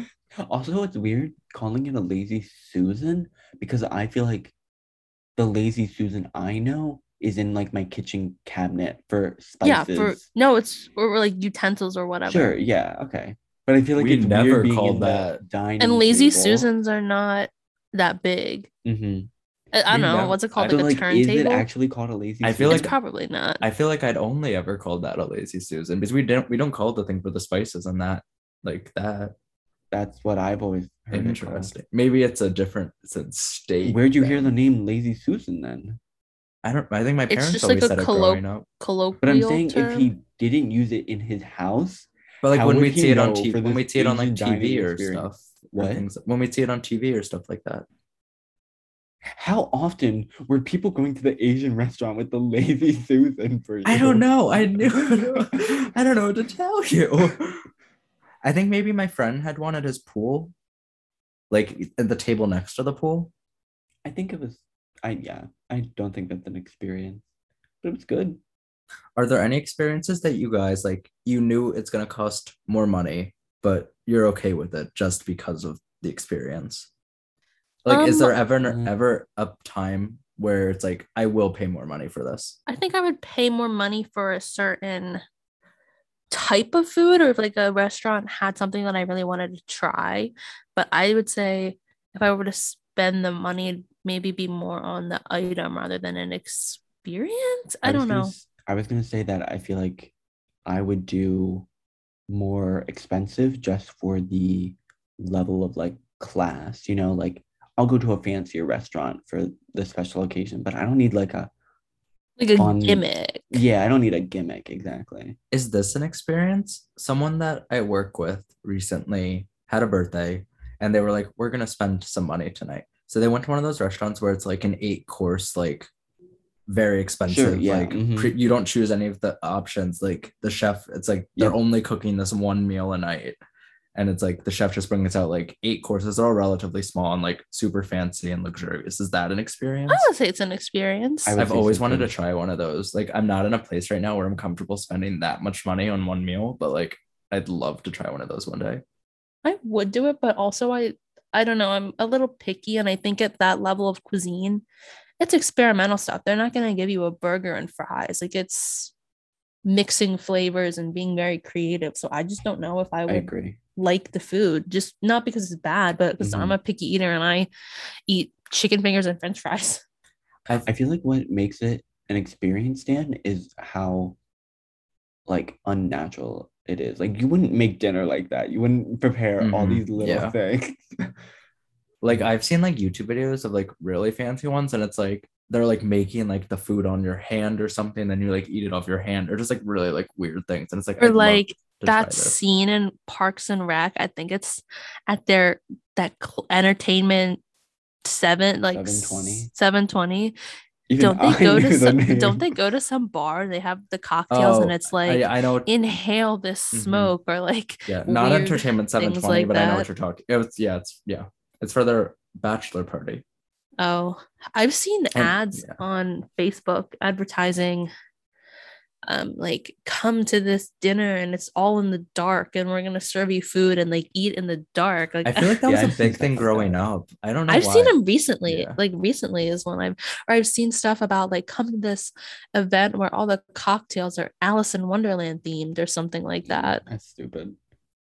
Speaker 1: also, it's weird calling it a lazy Susan because I feel like the lazy Susan I know is in like my kitchen cabinet for
Speaker 2: Yeah,
Speaker 1: spices.
Speaker 2: for no, it's or, or like utensils or whatever.
Speaker 1: Sure. Yeah. Okay. But I feel like
Speaker 3: We
Speaker 1: it's
Speaker 3: never
Speaker 1: weird being
Speaker 3: called
Speaker 1: in the
Speaker 3: that.
Speaker 1: dining
Speaker 2: And lazy
Speaker 1: table.
Speaker 2: susans are not that big.
Speaker 1: Mhm.
Speaker 2: I, I
Speaker 3: We
Speaker 2: don't know
Speaker 3: never-
Speaker 2: what's it
Speaker 3: I
Speaker 2: called,
Speaker 1: So,
Speaker 2: like a
Speaker 1: like, is it
Speaker 2: turntable.
Speaker 1: actually called a lazy?
Speaker 3: I feel
Speaker 2: it's
Speaker 1: Susan?
Speaker 3: like-
Speaker 2: probably not.
Speaker 3: I feel like I'd only ever called that a lazy Susan because we didn't we don't call the thing for the spices and that like that.
Speaker 1: that's what I've always heard. it called.
Speaker 3: Interesting. Maybe it's a different it's a state.
Speaker 1: Where'd you hear
Speaker 3: thing.
Speaker 1: the name Lazy Susan then?
Speaker 3: I don't. I think my
Speaker 2: It's
Speaker 3: parents
Speaker 2: just like
Speaker 3: always
Speaker 2: a
Speaker 3: said it
Speaker 2: colloq-
Speaker 3: growing up.
Speaker 2: Colloquial
Speaker 1: But I'm saying
Speaker 2: term.
Speaker 1: if he didn't use it in his house,
Speaker 3: But like
Speaker 1: How
Speaker 3: when
Speaker 1: would
Speaker 3: we
Speaker 1: he
Speaker 3: see it on
Speaker 1: know
Speaker 3: TV,
Speaker 1: for
Speaker 3: when
Speaker 1: this
Speaker 3: we see it on like
Speaker 1: Asian dining
Speaker 3: TV or
Speaker 1: experience?
Speaker 3: stuff, or
Speaker 1: what?
Speaker 3: things- when we see it on TV or stuff like that.
Speaker 1: How often were people going to the Asian restaurant with the Lazy Susan for you?
Speaker 3: I don't know. I knew. I don't know what to tell you. I think maybe my friend had one at his pool, like at the table next to the pool.
Speaker 1: I think it was. I yeah. I don't think that's an experience. but it was good.
Speaker 3: Are there any experiences that you guys like you knew it's gonna cost more money, but you're okay with it just because of the experience? Like, is
Speaker 2: Um,
Speaker 3: there ever
Speaker 1: Mm.
Speaker 3: ever a time where it's like I will pay more money for this?
Speaker 2: I think I would pay more money for a certain type of food or if like a restaurant had something that I really wanted to try. But I would say if I were to spend the money, it'd maybe be more on the item rather than an experience. I,
Speaker 1: was
Speaker 2: don't
Speaker 1: gonna
Speaker 2: know.
Speaker 1: s- I was gonna say that I feel like I would do more expensive just for the level of like class, you know, like I'll go to a fancier restaurant for the special occasion, but I don't need like a
Speaker 2: Like a
Speaker 1: fun-
Speaker 2: gimmick.
Speaker 1: yeah, I don't need a gimmick exactly.
Speaker 3: Is this an experience? Someone that I work with recently had a birthday and they were like, we're gonna spend some money tonight. So they went to one of those restaurants where it's like an eight course, like very expensive.
Speaker 1: yeah,
Speaker 3: Like
Speaker 1: mhm.
Speaker 3: pre- you don't choose any of the options. Like the chef, it's like they're
Speaker 1: Yep.
Speaker 3: only cooking this one meal a night. And it's like the chef just brings out like eight courses. They're all relatively small and like super fancy and luxurious. Is that an experience?
Speaker 2: I would say it's an experience.
Speaker 1: I would
Speaker 3: I've
Speaker 1: say
Speaker 3: always
Speaker 1: so,
Speaker 3: wanted
Speaker 1: too.
Speaker 3: to try one of those. Like, I'm not in a place right now where I'm comfortable spending that much money on one meal, but like, I'd love to try one of those one day.
Speaker 2: I would do it, but also I I don't know, I'm a little picky and I think at that level of cuisine, it's experimental stuff. They're not gonna give you a burger and fries. Like it's mixing flavors and being very creative. So I just don't know if I
Speaker 1: I
Speaker 2: would
Speaker 1: agree.
Speaker 2: like the food. Just not because it's bad, but because I'm
Speaker 1: Mhm.
Speaker 2: a picky eater and I eat chicken fingers and french fries.
Speaker 1: I feel like what makes it an experience, Dan, is how like unnatural it is. Like you wouldn't make dinner like that. You wouldn't prepare all
Speaker 2: Mm-hmm.
Speaker 3: Mhm,
Speaker 1: these little
Speaker 3: yeah.
Speaker 1: things.
Speaker 3: Like, I've seen like YouTube videos of like really fancy ones, and it's like they're like making like the food on your hand or something, then you like eat it off your hand, or just like really like weird things. And it's like,
Speaker 2: Or
Speaker 3: I'd love
Speaker 2: like
Speaker 3: to try
Speaker 2: that
Speaker 3: this.
Speaker 2: scene in Parks and Rec. I think it's at their that cl- entertainment seven like
Speaker 1: 720.
Speaker 2: seven twenty.
Speaker 1: Even
Speaker 2: Don't
Speaker 1: I
Speaker 2: they go
Speaker 1: knew
Speaker 2: to
Speaker 1: the
Speaker 2: some,
Speaker 1: name.
Speaker 2: don't they go to some bar? and They have the cocktails and
Speaker 3: Oh,
Speaker 2: it's like
Speaker 3: I, I know.
Speaker 2: inhale this
Speaker 3: Mhm.
Speaker 2: smoke or like
Speaker 3: yeah, not
Speaker 2: weird
Speaker 3: entertainment
Speaker 2: things
Speaker 3: 720,
Speaker 2: like
Speaker 3: but I know
Speaker 2: that.
Speaker 3: what you're talking. It was, yeah, it's, yeah, it's for their bachelor party.
Speaker 2: oh I've seen
Speaker 3: And-
Speaker 2: ads
Speaker 3: yeah.
Speaker 2: on Facebook advertising um like come to this dinner and it's all in the dark and we're gonna serve you food and like eat in the dark like
Speaker 3: I feel like that
Speaker 1: Yeah, I've
Speaker 3: was a
Speaker 1: seen
Speaker 3: big
Speaker 1: stuff
Speaker 3: thing
Speaker 1: like that.
Speaker 3: growing up. I don't know.
Speaker 2: I've
Speaker 3: why.
Speaker 2: seen them recently.
Speaker 3: Yeah.
Speaker 2: Like recently is when I've or I've seen stuff about like come to this event where all the cocktails are Alice in Wonderland themed or something like
Speaker 3: Mm-hmm.
Speaker 2: that.
Speaker 1: That's stupid.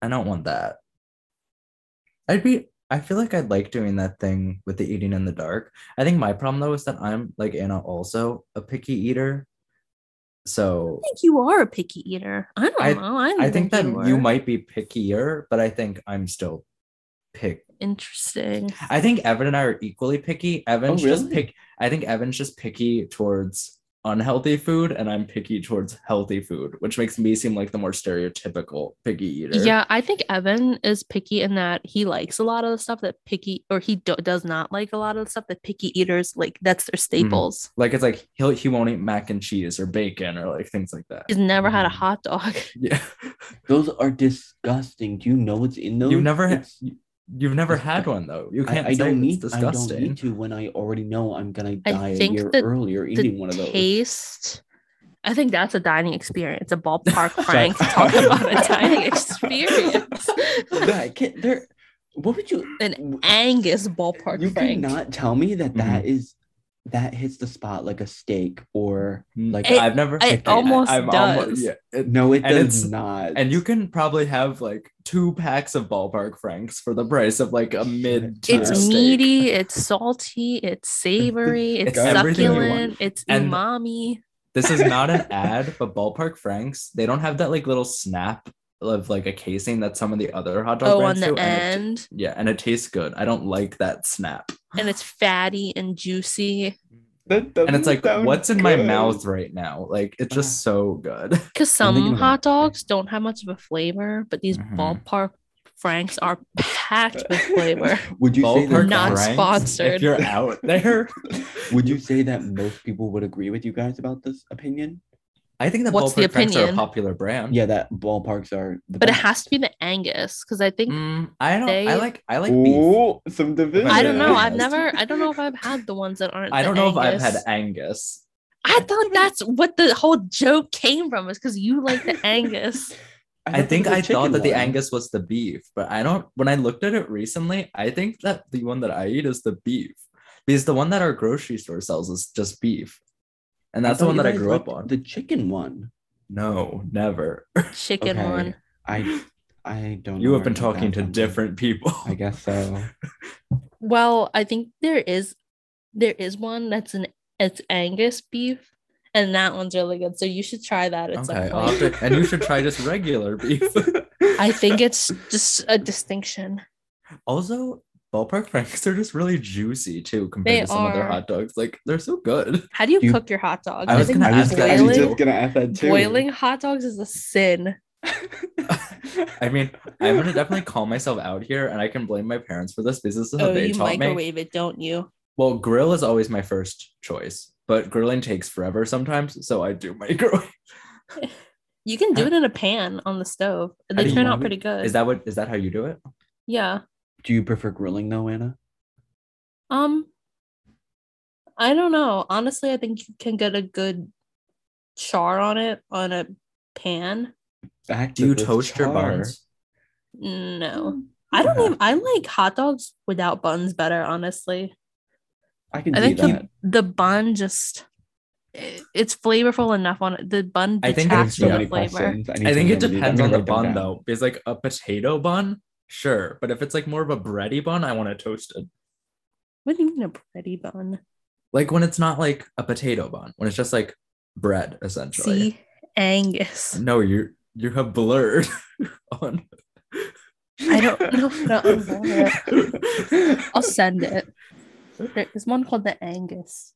Speaker 3: I don't want that. I'd be I feel like I'd like doing that thing with the eating in the dark. I think my problem though is that I'm like Anna also a picky eater. So
Speaker 2: I think you are a picky eater. I don't
Speaker 3: I-
Speaker 2: know. I, don't
Speaker 3: I think that
Speaker 2: you,
Speaker 3: you
Speaker 2: are.
Speaker 3: might be pickier, but I think I'm still pick.
Speaker 2: interesting.
Speaker 3: I think Evan and I are equally picky. Evan's just
Speaker 1: really?
Speaker 3: pick I think Evan's just picky towards unhealthy food and I'm picky towards healthy food, which makes me seem like the more stereotypical picky eater.
Speaker 2: Yeah, I think Evan is picky in that he likes a lot of the stuff that picky or he do- does not like a lot of the stuff that picky eaters like. That's their staples.
Speaker 3: Like it's like he'll he won't eat mac and cheese or bacon or like things like that.
Speaker 2: He's never had a
Speaker 1: Mhm.
Speaker 2: hot dog.
Speaker 3: Yeah.
Speaker 1: Those are disgusting. Do you know what's in those?
Speaker 3: never ha-
Speaker 1: It's-
Speaker 3: You've never
Speaker 1: That's
Speaker 3: had
Speaker 1: fine.
Speaker 3: one though. You can't
Speaker 1: I, I
Speaker 3: say
Speaker 1: don't
Speaker 3: it's
Speaker 1: need. I
Speaker 3: disgusting.
Speaker 1: don't need to when I already know I'm gonna die a
Speaker 2: think
Speaker 1: year
Speaker 2: that
Speaker 1: earlier eating one of those.
Speaker 2: taste. I think that's a dining experience, a ballpark
Speaker 1: Sorry.
Speaker 2: prank. Talk about a dining experience.
Speaker 1: Yeah, I can't- there- What would you?
Speaker 2: An Angus ballpark
Speaker 1: you
Speaker 2: prank.
Speaker 1: cannot tell me that that
Speaker 3: Mm-hmm.
Speaker 1: is that hits the spot like a steak or like.
Speaker 2: It-
Speaker 3: Mm. I've never.
Speaker 2: it almost does.
Speaker 3: yeah, it-
Speaker 1: no, it
Speaker 3: and
Speaker 1: does
Speaker 3: it's-
Speaker 1: not.
Speaker 3: and you can probably have like two packs of ballpark franks for the price of like a mid. tier
Speaker 2: It's
Speaker 3: steak.
Speaker 2: meaty, it's salty, it's savory, it's
Speaker 3: It's everything you want.
Speaker 2: succulent, it's
Speaker 3: And-
Speaker 2: umami.
Speaker 3: This is not an ad, but ballpark franks they don't have that like little snap of like a casing that some of the other hot dog
Speaker 2: Oh, on
Speaker 3: brands
Speaker 2: the
Speaker 3: do, and it-
Speaker 2: end,
Speaker 3: yeah, and it tastes good. I don't like that snap.
Speaker 2: and it's fatty and juicy.
Speaker 1: That
Speaker 3: and it's
Speaker 1: doesn't
Speaker 3: like
Speaker 1: sound
Speaker 3: what's in my
Speaker 1: good.
Speaker 3: mouth right now like it's
Speaker 1: Uh-huh.
Speaker 3: just so good
Speaker 2: Because
Speaker 1: I'm thinking
Speaker 2: some
Speaker 1: about
Speaker 2: hot
Speaker 1: it.
Speaker 2: dogs don't have much of a flavor, but these
Speaker 3: Mhm.
Speaker 2: ballpark franks are packed with flavor.
Speaker 1: Would you say that?
Speaker 3: Ballpark
Speaker 2: Not
Speaker 3: Franks, if
Speaker 2: sponsored.
Speaker 3: you're out there
Speaker 1: Would you say that most people would agree with you guys about this opinion?
Speaker 3: i think that
Speaker 2: What's the
Speaker 3: ballpark franks are a
Speaker 2: opinion?
Speaker 3: popular brand
Speaker 1: Yeah, that ballparks are. The
Speaker 2: But it
Speaker 1: best.
Speaker 2: has to be the Angus because I think
Speaker 3: Mm, i don't i
Speaker 2: They-
Speaker 3: like i like beef
Speaker 1: Ooh, some division.
Speaker 2: I don't know.
Speaker 3: Yeah.
Speaker 2: I've never. I don't know if I've had the ones that aren't.
Speaker 3: i
Speaker 2: the
Speaker 3: don't know if i've had
Speaker 2: Angus.
Speaker 3: angus
Speaker 2: I thought that's what the whole joke came from, was because you like the Angus.
Speaker 3: I
Speaker 1: thought
Speaker 3: think
Speaker 1: there was a
Speaker 3: I thought
Speaker 1: chicken
Speaker 3: that the
Speaker 1: one.
Speaker 3: Angus was the beef, but I don't. When I looked at it recently, I think that the one that I eat is the beef because the one that our grocery store sells is just beef, and
Speaker 1: I
Speaker 3: that's the
Speaker 1: thought
Speaker 3: one
Speaker 1: you
Speaker 3: that I
Speaker 1: guys
Speaker 3: grew up
Speaker 1: liked
Speaker 3: on.
Speaker 1: The chicken one.
Speaker 3: No, never.
Speaker 2: Chicken
Speaker 1: Okay.
Speaker 2: one.
Speaker 1: I I don't.
Speaker 3: You
Speaker 1: know
Speaker 3: have been
Speaker 1: where I got
Speaker 3: talking
Speaker 1: that
Speaker 3: to
Speaker 1: from.
Speaker 3: different people.
Speaker 1: I guess so.
Speaker 2: Well, I think there is there is one that's an it's Angus beef, and that one's really good. So you should try that at
Speaker 3: okay,
Speaker 2: some
Speaker 3: I'll
Speaker 2: point.
Speaker 3: have to- and you should try just regular beef.
Speaker 2: I think it's just a distinction.
Speaker 3: also ballpark franks are just really juicy too compared
Speaker 2: They
Speaker 3: to some other
Speaker 2: are.
Speaker 3: hot dogs. Like they're so good.
Speaker 2: How do you,
Speaker 1: You-
Speaker 2: cook your hot dogs?
Speaker 3: I was
Speaker 2: think
Speaker 3: gonna ask that
Speaker 1: I was
Speaker 3: too.
Speaker 1: just gonna ask that too.
Speaker 2: boiling hot dogs is a sin.
Speaker 3: I mean, I'm gonna definitely call myself out here, and I can blame my parents for this because this is how
Speaker 2: oh,
Speaker 3: they
Speaker 2: you
Speaker 3: taught me.
Speaker 2: microwave it, don't you?
Speaker 3: Well, grill is always my first choice, but grilling takes forever sometimes, so I do microwave.
Speaker 2: You can do it in a pan on the stove.
Speaker 3: do
Speaker 2: They
Speaker 3: you
Speaker 2: turn
Speaker 3: want
Speaker 2: out
Speaker 3: it?
Speaker 2: pretty good.
Speaker 3: Is that what is that how you do it?
Speaker 2: yeah.
Speaker 1: Do you prefer grilling though, Anna?
Speaker 2: Um, I don't know. Honestly, I think you can get a good char on it on a pan.
Speaker 1: Back
Speaker 3: Do
Speaker 1: to
Speaker 3: you
Speaker 1: this
Speaker 3: toast your
Speaker 1: char.
Speaker 3: buns?
Speaker 1: Hmm.
Speaker 2: No, I don't
Speaker 3: Yeah.
Speaker 2: even. I like hot dogs without buns better. Honestly,
Speaker 1: I can
Speaker 2: I
Speaker 1: see
Speaker 2: think
Speaker 1: that.
Speaker 2: the, the bun just i- it's flavorful enough on it. The bun
Speaker 3: I think
Speaker 1: I have
Speaker 2: detracts
Speaker 1: so
Speaker 2: from
Speaker 1: many
Speaker 2: the flavor.
Speaker 1: questions. need
Speaker 3: I think
Speaker 1: to remember
Speaker 3: it
Speaker 1: these. I'm
Speaker 3: depends on
Speaker 1: gonna
Speaker 3: the
Speaker 1: write them
Speaker 3: bun
Speaker 1: down.
Speaker 3: though, because like a potato bun, sure, but if it's like more of a bready bun, I want it toasted.
Speaker 2: What do you mean a pretty bun?
Speaker 3: Like when it's not like a potato bun, when it's just like bread essentially.
Speaker 2: See, Angus.
Speaker 3: No, you you have blurred on.
Speaker 2: I don't know if that was I'll send it. There is one called the Angus,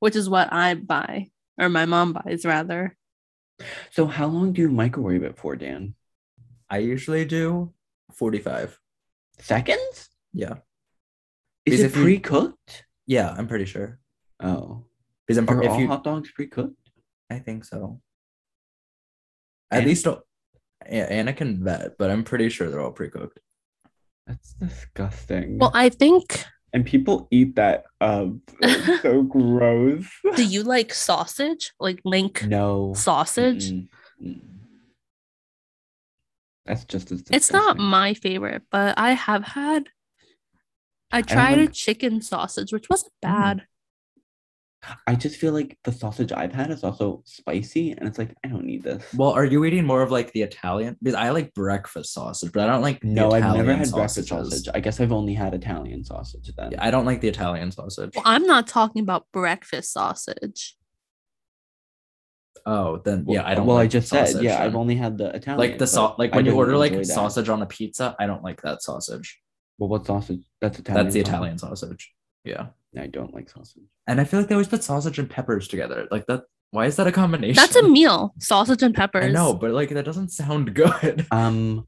Speaker 2: which is what I buy, or my mom buys rather.
Speaker 1: So how long do you microwave it for, Dan?
Speaker 3: I usually do 45.
Speaker 1: Seconds?
Speaker 3: Yeah.
Speaker 1: Is
Speaker 3: Because
Speaker 1: it
Speaker 3: if you-
Speaker 1: pre-cooked?
Speaker 3: Yeah, I'm pretty sure.
Speaker 1: Oh,
Speaker 3: Because I'm
Speaker 1: are
Speaker 3: pre- if
Speaker 1: all
Speaker 3: you
Speaker 1: hot dogs pre-cooked?
Speaker 3: I think so. At
Speaker 1: Anna-
Speaker 3: least a- yeah, Anna can vet, but I'm pretty sure they're all pre-cooked.
Speaker 1: That's disgusting.
Speaker 2: Well, I think.
Speaker 1: and people eat that. Um, it's so gross.
Speaker 2: Do you like sausage? Like link
Speaker 1: No
Speaker 2: sausage?
Speaker 1: Mm-mm. Mm-mm. That's just as. Disgusting.
Speaker 2: It's not my favorite, but I have had. I tried a
Speaker 1: like-
Speaker 2: chicken sausage, which wasn't bad.
Speaker 1: I just feel like the sausage I've had is also spicy, and it's like I don't need this.
Speaker 3: Well, are you eating more of like the Italian? Because I like breakfast sausage, but I don't like the
Speaker 1: no, I've never
Speaker 3: Italian
Speaker 1: had breakfast
Speaker 3: sausages.
Speaker 1: sausage. I guess I've only had Italian sausage then.
Speaker 3: Yeah, I don't like the Italian sausage.
Speaker 2: Well, I'm not talking about breakfast sausage.
Speaker 3: Oh, then yeah, I don't.
Speaker 1: Well, I
Speaker 3: like
Speaker 1: just
Speaker 3: sausage
Speaker 1: said, yeah, I've
Speaker 3: then.
Speaker 1: only had the Italian.
Speaker 3: like the
Speaker 1: but
Speaker 3: sauce. Like
Speaker 1: I
Speaker 3: when you
Speaker 1: don't
Speaker 3: order like
Speaker 1: enjoy that.
Speaker 3: sausage on a pizza, I don't like that sausage.
Speaker 1: Well, what sausage? That's Italian.
Speaker 3: That's the
Speaker 1: sausage.
Speaker 3: Italian sausage. Yeah,
Speaker 1: I don't like sausage.
Speaker 3: and I feel like they always put sausage and peppers together. Like that. Why is that a combination?
Speaker 2: That's a meal, sausage and peppers.
Speaker 3: I know, but like that doesn't sound good.
Speaker 1: Um,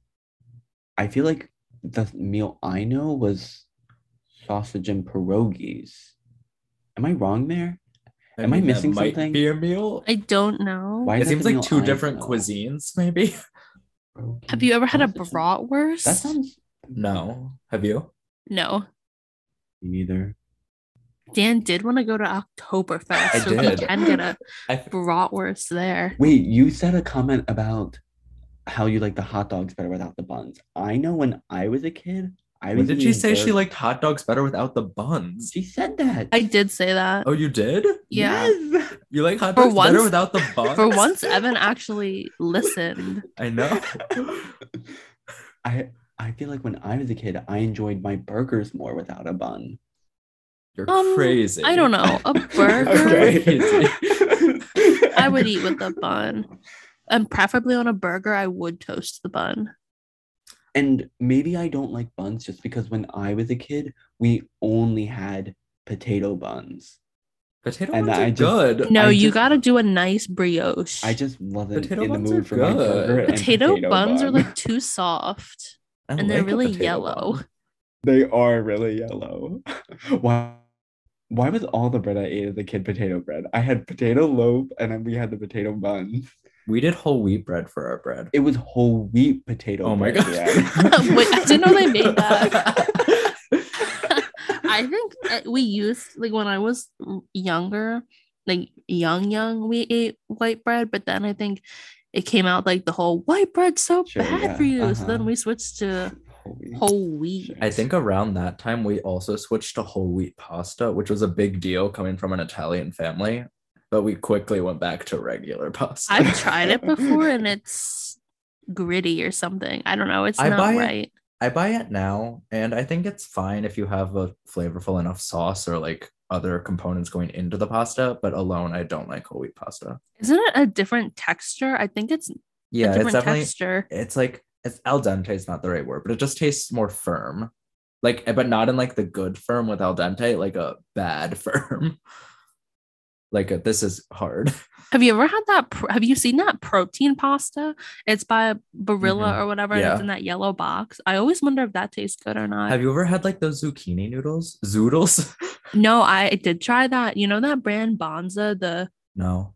Speaker 1: I feel like the meal I know was sausage and pierogies. Am I wrong there? Am I
Speaker 3: mean, that
Speaker 1: missing
Speaker 3: might
Speaker 1: something?
Speaker 3: Be a meal.
Speaker 2: I don't know.
Speaker 1: Why
Speaker 3: It
Speaker 1: is that
Speaker 3: seems
Speaker 1: the
Speaker 3: like
Speaker 1: meal
Speaker 3: two
Speaker 1: I
Speaker 3: different
Speaker 1: know?
Speaker 3: cuisines, maybe.
Speaker 2: Have you ever had a
Speaker 1: Sausage and-
Speaker 2: bratwurst?
Speaker 1: That sounds
Speaker 3: No, have you?
Speaker 2: no.
Speaker 1: Me neither.
Speaker 2: Dan did want to go to Oktoberfest,
Speaker 3: I
Speaker 2: so he
Speaker 3: did.
Speaker 2: can get a
Speaker 3: I
Speaker 2: bratwurst there.
Speaker 1: Wait, you said a comment about how you like the hot dogs better without the buns. I know when I was a kid, I
Speaker 3: When
Speaker 1: was.
Speaker 3: did she
Speaker 1: eating
Speaker 3: say she
Speaker 1: burg-
Speaker 3: liked hot dogs better without the buns?
Speaker 1: She said that.
Speaker 2: I did say that.
Speaker 3: Oh, you did?
Speaker 2: yeah.
Speaker 1: Yes.
Speaker 3: You like hot
Speaker 2: For
Speaker 3: dogs better
Speaker 2: once-
Speaker 3: without the buns?
Speaker 2: For once, Evan actually listened.
Speaker 3: I know.
Speaker 1: I I feel like when I was a kid, I enjoyed my burgers more without a bun.
Speaker 3: You're
Speaker 2: Um,
Speaker 3: crazy.
Speaker 2: I don't know. A burger
Speaker 3: Okay.
Speaker 2: I would eat with a bun. And preferably on a burger, I would toast the bun.
Speaker 1: And maybe I don't like buns just because when I was a kid, we only had potato buns.
Speaker 3: Potato
Speaker 1: And
Speaker 3: buns are
Speaker 1: I just-
Speaker 3: good.
Speaker 2: No,
Speaker 1: I
Speaker 2: you
Speaker 1: just-
Speaker 2: gotta do a nice brioche.
Speaker 1: I just wasn't
Speaker 3: Potato
Speaker 1: in the
Speaker 3: buns are
Speaker 1: mood for my burger.
Speaker 3: good.
Speaker 1: and
Speaker 2: potato, buns are
Speaker 1: bun.
Speaker 2: like too soft
Speaker 3: Oh, I
Speaker 2: and they're
Speaker 3: like a
Speaker 2: really
Speaker 3: potato
Speaker 2: yellow.
Speaker 3: bun.
Speaker 1: they are really yellow. Why? Why was all the bread I ate as a kid potato bread? I had potato loaf, and then we had the potato buns.
Speaker 3: We did whole wheat bread for our bread.
Speaker 1: It was whole wheat potato.
Speaker 3: Oh my
Speaker 1: bread,
Speaker 3: god.
Speaker 1: yeah.
Speaker 2: Wait, I didn't know they made that. I think uh, we used like when I was younger, like young young we ate white bread but then i think it came out like the whole white bread's so
Speaker 1: Sure,
Speaker 2: bad
Speaker 1: yeah,
Speaker 2: for you so
Speaker 1: uh-huh.
Speaker 2: then we switched to
Speaker 1: Whole wheat.
Speaker 2: whole wheat
Speaker 3: I think around that time we also switched to whole wheat pasta, which was a big deal coming from an Italian family, but we quickly went back to regular pasta.
Speaker 2: i've tried it before and it's gritty or something i don't know it's
Speaker 3: I
Speaker 2: not
Speaker 3: buy it.
Speaker 2: right
Speaker 3: I buy it now, and I think it's fine if you have a flavorful enough sauce or like other components going into the pasta, but alone I don't like whole wheat pasta.
Speaker 2: isn't it a different texture i think it's a
Speaker 3: Yeah, it's
Speaker 2: different
Speaker 3: definitely
Speaker 2: texture
Speaker 3: it's like it's al dente is not the right word, but it just tastes more firm. Like eh, but not in like the good firm with al dente, like a bad firm. like a, this is hard.
Speaker 2: Have you ever had that? Pr- have you seen that protein pasta? It's by Barilla
Speaker 3: Mhm.
Speaker 2: or whatever. And
Speaker 3: Yeah.
Speaker 2: it's in that yellow box. I always wonder if that tastes good or not.
Speaker 3: Have you ever had like those zucchini noodles? Zoodles?
Speaker 2: no, I did try that. You know that brand Bonza. The
Speaker 3: no.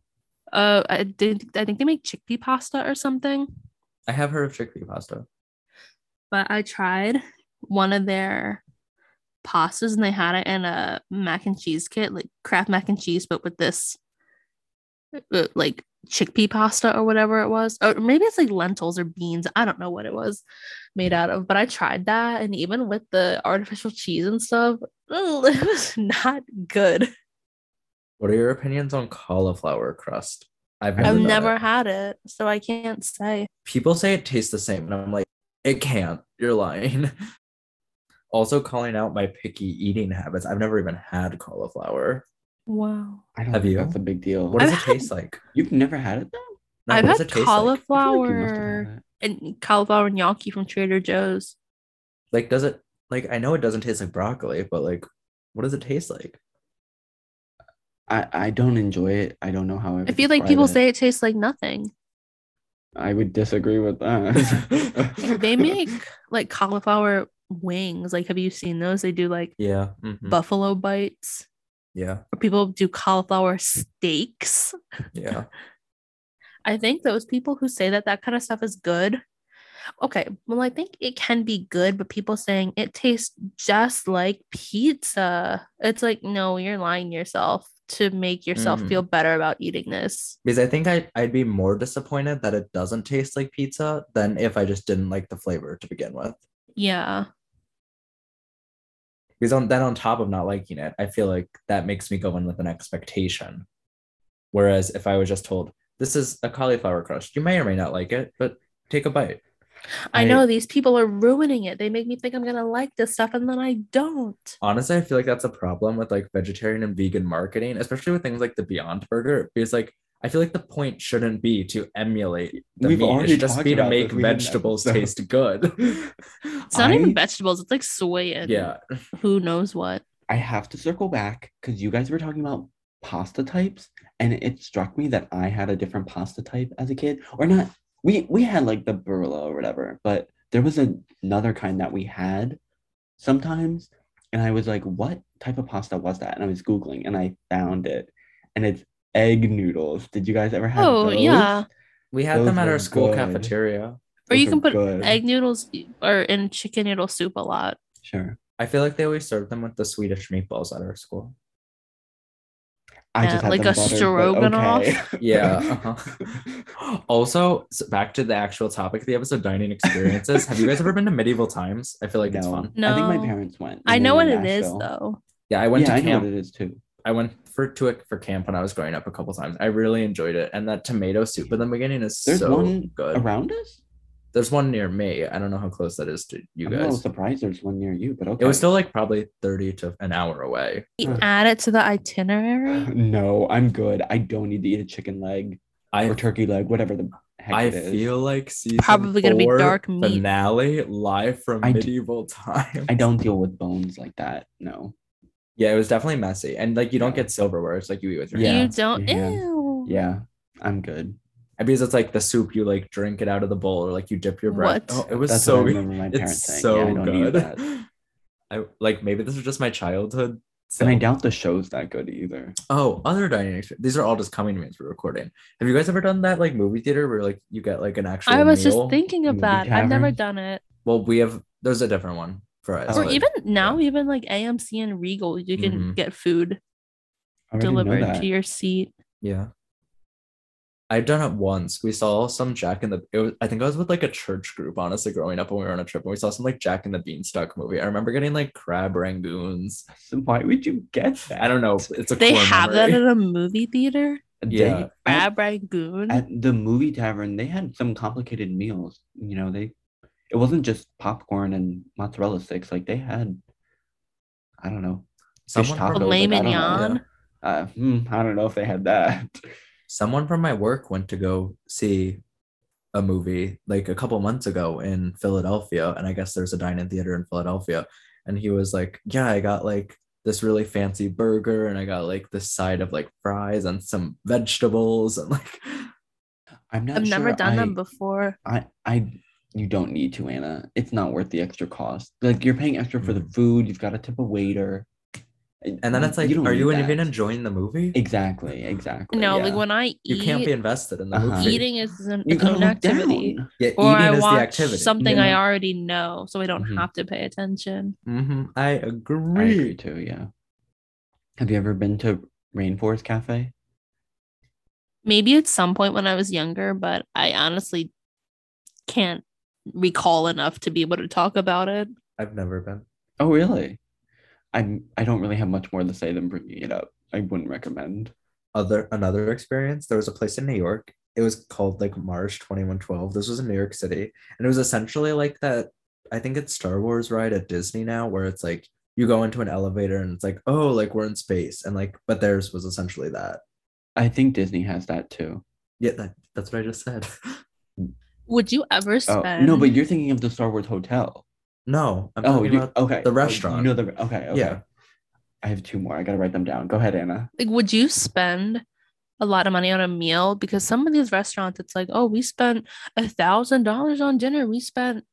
Speaker 2: uh, I did. I think they make chickpea pasta or something.
Speaker 3: I have heard of chickpea pasta.
Speaker 2: But I tried one of their pastas, and they had it in a mac and cheese kit, like Kraft mac and cheese, but with this uh, like chickpea pasta or whatever it was. Or maybe it's like lentils or beans. I don't know what it was made out of, but I tried that. And even with the artificial cheese and stuff, ugh, it was not good.
Speaker 3: What are your opinions on cauliflower crust? I've
Speaker 2: I've
Speaker 3: done
Speaker 2: never
Speaker 3: it.
Speaker 2: had it, so I can't say.
Speaker 3: people say it tastes the same, and I'm like, it can't. You're lying. also, calling out my picky eating habits. I've never even had cauliflower.
Speaker 2: Wow.
Speaker 1: I don't
Speaker 3: Have
Speaker 1: think
Speaker 3: you?
Speaker 1: That's a big deal.
Speaker 3: What does
Speaker 2: I've
Speaker 3: it
Speaker 2: had-
Speaker 3: taste like?
Speaker 1: You've never had it though?
Speaker 3: No,
Speaker 2: I've
Speaker 3: what does
Speaker 2: had
Speaker 3: it
Speaker 1: I
Speaker 3: taste like?
Speaker 1: feel like you must have
Speaker 2: cauliflower
Speaker 1: had it.
Speaker 2: and cauliflower gnocchi from Trader Joe's.
Speaker 3: Like, does it like? I know it doesn't taste like broccoli, but like, what does it taste like?
Speaker 1: I, I don't enjoy it. I don't know how I,
Speaker 2: I feel like people say it tastes like nothing.
Speaker 1: I would disagree with that.
Speaker 2: They make like cauliflower wings. Like, have you seen those? They do like
Speaker 3: Yeah. mhm,
Speaker 2: buffalo bites,
Speaker 3: Yeah.
Speaker 2: or people do cauliflower steaks.
Speaker 3: Yeah.
Speaker 2: I think those people who say that that kind of stuff is good. Okay, well, I think it can be good, but people saying it tastes just like pizza. It's like, no, you're lying to yourself to make yourself
Speaker 3: Mm.
Speaker 2: feel better about eating this.
Speaker 3: Because I think I, I'd be more disappointed that it doesn't taste like pizza than if I just didn't like the flavor to begin with.
Speaker 2: Yeah.
Speaker 3: Because on, then on top of not liking it, I feel like that makes me go in with an expectation. Whereas if I was just told, this is a cauliflower crust, you may or may not like it, but take a bite.
Speaker 2: I
Speaker 3: I-
Speaker 2: know these people are ruining it. They make me think I'm gonna like this stuff and then I don't.
Speaker 3: Honestly, I feel like that's a problem with like vegetarian and vegan marketing, especially with things like the Beyond Burger, because like I feel like the point shouldn't be to emulate the
Speaker 1: We've
Speaker 3: meat. It
Speaker 1: already
Speaker 3: should just
Speaker 1: talked
Speaker 3: be to
Speaker 1: about this.
Speaker 3: make
Speaker 1: We had an
Speaker 3: vegetables
Speaker 1: episode.
Speaker 3: taste good.
Speaker 2: It's not
Speaker 1: I-
Speaker 2: even vegetables, it's like soy and
Speaker 3: yeah.
Speaker 2: who knows what.
Speaker 1: I have to circle back because you guys were talking about pasta types, and it struck me that I had a different pasta type as a kid, or not. We we had like the Barilla or whatever, but there was a- another kind that we had sometimes, and I was like, "What type of pasta was that?" And I was googling, and I found it, and it's egg noodles. Did you guys ever have?
Speaker 2: Oh,
Speaker 1: those?
Speaker 2: yeah.
Speaker 3: We had
Speaker 1: Those
Speaker 3: them at
Speaker 1: were
Speaker 3: our school
Speaker 1: good.
Speaker 3: cafeteria.
Speaker 2: Or you
Speaker 1: Those
Speaker 2: can
Speaker 1: are
Speaker 2: put
Speaker 1: good.
Speaker 2: egg noodles or in chicken noodle soup a lot.
Speaker 1: Sure.
Speaker 3: I feel like they always served them with the Swedish meatballs at our school.
Speaker 1: I
Speaker 2: Yeah,
Speaker 1: just had
Speaker 2: like
Speaker 1: them
Speaker 2: a
Speaker 1: buttered, but
Speaker 2: stroganoff.
Speaker 1: okay.
Speaker 3: Yeah. uh-huh. also, s- back to the actual topic of the episode, dining experiences. Have you guys ever been to medieval times? I feel like it's
Speaker 1: No,
Speaker 3: fun.
Speaker 1: I think
Speaker 2: No.
Speaker 1: my parents went.
Speaker 2: I
Speaker 1: when they
Speaker 2: know
Speaker 1: were
Speaker 2: what
Speaker 1: in
Speaker 2: it is
Speaker 1: Nashville.
Speaker 2: though.
Speaker 3: Yeah, I went
Speaker 1: yeah,
Speaker 3: to
Speaker 1: I know
Speaker 3: camp.
Speaker 1: what it is too.
Speaker 3: I went for to it for camp when I was growing up a couple times. I really enjoyed it, and that tomato soup in the beginning is
Speaker 1: There's
Speaker 3: so
Speaker 1: one
Speaker 3: good.
Speaker 1: around us.
Speaker 3: There's one near me. I don't know how close that is to you
Speaker 1: I'm a little
Speaker 3: guys.
Speaker 1: surprised there's one near you, but okay.
Speaker 3: It was still like probably thirty to an hour away.
Speaker 1: Huh.
Speaker 2: Add it to the itinerary.
Speaker 1: no, I'm good. I don't need to eat a chicken leg or
Speaker 3: I
Speaker 1: turkey leg, whatever the heck
Speaker 3: I
Speaker 1: it is.
Speaker 3: feel like season
Speaker 2: Probably gonna be
Speaker 3: four
Speaker 2: dark meat.
Speaker 3: finale live from
Speaker 1: I d-
Speaker 3: medieval times.
Speaker 1: I don't deal with bones like that. No.
Speaker 3: Yeah, it was definitely messy. And like you don't get silverware, it's like you eat with your
Speaker 1: Yeah.
Speaker 3: yeah.
Speaker 2: you don't
Speaker 1: your hands.
Speaker 2: ew.
Speaker 1: Yeah, I'm good.
Speaker 3: And because it's like the soup you like drink it out of the bowl or like you dip your bread.
Speaker 2: What?
Speaker 3: Oh, it was
Speaker 1: That's what I
Speaker 3: so
Speaker 1: remember my parents
Speaker 3: it's
Speaker 1: saying.
Speaker 3: so
Speaker 1: yeah, I don't need that.
Speaker 3: good. I like maybe this is just my childhood. So.
Speaker 1: And I doubt the show's that good either.
Speaker 3: oh, other dining experience. These are all just coming to me as we're recording. Have you guys ever done that like movie theater where like you get like an actual
Speaker 2: I was
Speaker 3: meal?
Speaker 2: just thinking of
Speaker 1: Movie
Speaker 2: that. I've never
Speaker 1: tavern.
Speaker 2: done it.
Speaker 3: Well, we have there's a different one for us.
Speaker 1: Oh.
Speaker 2: Or
Speaker 3: but-
Speaker 2: even now, even like AMC and Regal, you can
Speaker 3: Mhm.
Speaker 2: get food.
Speaker 1: already Mm-hmm. know
Speaker 2: delivered
Speaker 1: that.
Speaker 2: to your seat.
Speaker 3: Yeah. I've done it once. We saw some Jack in the it was, I think I was with like a church group, honestly, growing up when we were on a trip and we saw some like Jack and the Beanstalk movie. I remember getting like crab rangoons.
Speaker 1: So why would you get that?
Speaker 3: I don't know. It's a
Speaker 2: They
Speaker 3: core
Speaker 2: have that
Speaker 3: memory.
Speaker 2: at a movie theater.
Speaker 1: They-
Speaker 3: Yeah.
Speaker 1: at-
Speaker 2: Crab Rangoon.
Speaker 1: at the movie tavern they had some complicated meals you know they it wasn't just popcorn and mozzarella sticks like they had i don't know
Speaker 3: Someone
Speaker 1: tacos,
Speaker 3: from,
Speaker 1: like,
Speaker 2: Filet
Speaker 1: I don't know.
Speaker 2: mignon.
Speaker 1: uh, hmm, i don't know if they had that
Speaker 3: someone from my work went to go see a movie like a couple months ago in Philadelphia. And I guess there's a dine in theater in Philadelphia. And he was like, Yeah, I got like this really fancy burger and I got like this side of like fries and some vegetables and like
Speaker 1: i'm not
Speaker 2: I've
Speaker 1: sure
Speaker 2: never done
Speaker 1: I,
Speaker 2: them before.
Speaker 1: I i you don't need to anna it's not worth the extra cost like you're paying extra for the
Speaker 3: Mhm.
Speaker 1: food you've got to tip a waiter
Speaker 3: and then it's like,
Speaker 1: don't
Speaker 3: Are
Speaker 1: need
Speaker 3: you
Speaker 1: that.
Speaker 3: even enjoying the movie?
Speaker 1: exactly exactly
Speaker 2: No,
Speaker 1: Oh, yeah.
Speaker 2: like when I eat,
Speaker 3: you can't be invested in the
Speaker 1: Uh-huh.
Speaker 3: movie.
Speaker 2: eating is an,
Speaker 1: you
Speaker 2: its own
Speaker 1: gotta look
Speaker 2: activity.
Speaker 1: down.
Speaker 3: yeah,
Speaker 2: Or I
Speaker 3: eating is the
Speaker 2: watch
Speaker 3: activity. Mm-hmm.
Speaker 2: something I
Speaker 1: yeah.
Speaker 2: already know, so I don't
Speaker 1: Mhm.
Speaker 2: have to pay attention.
Speaker 3: Mhm, I
Speaker 1: I
Speaker 3: agree.
Speaker 1: agree too, yeah. Have you ever been to Rainforest Cafe?
Speaker 2: Maybe at some point when I was younger, but I honestly can't recall enough to be able to talk about it.
Speaker 3: I've never been.
Speaker 1: Oh, really? I'm I don't really have much more to say than bringing it up. I wouldn't recommend.
Speaker 3: other another experience. There was a place in New York. It was called like Mars 2112. This was in New York City. And it was essentially like that. I think it's Star Wars ride at Disney now, where it's like you go into an elevator and it's like, oh, like we're in space. And like, but theirs was essentially that.
Speaker 1: I think Disney has that too.
Speaker 3: Yeah, that, that's what I just said.
Speaker 2: Would you ever
Speaker 1: Oh,
Speaker 2: spend?
Speaker 1: no, but you're thinking of the Star Wars Hotel.
Speaker 3: no, I'm
Speaker 1: Oh,
Speaker 3: talking
Speaker 1: you,
Speaker 3: about
Speaker 1: okay.
Speaker 3: the
Speaker 1: Oh,
Speaker 3: restaurant.
Speaker 1: You know the okay, okay.
Speaker 3: Yeah.
Speaker 1: I have two more. I gotta write them down. Go ahead, Anna.
Speaker 2: like would you spend a lot of money on a meal because some of these restaurants it's like oh we spent a thousand dollars on dinner we spent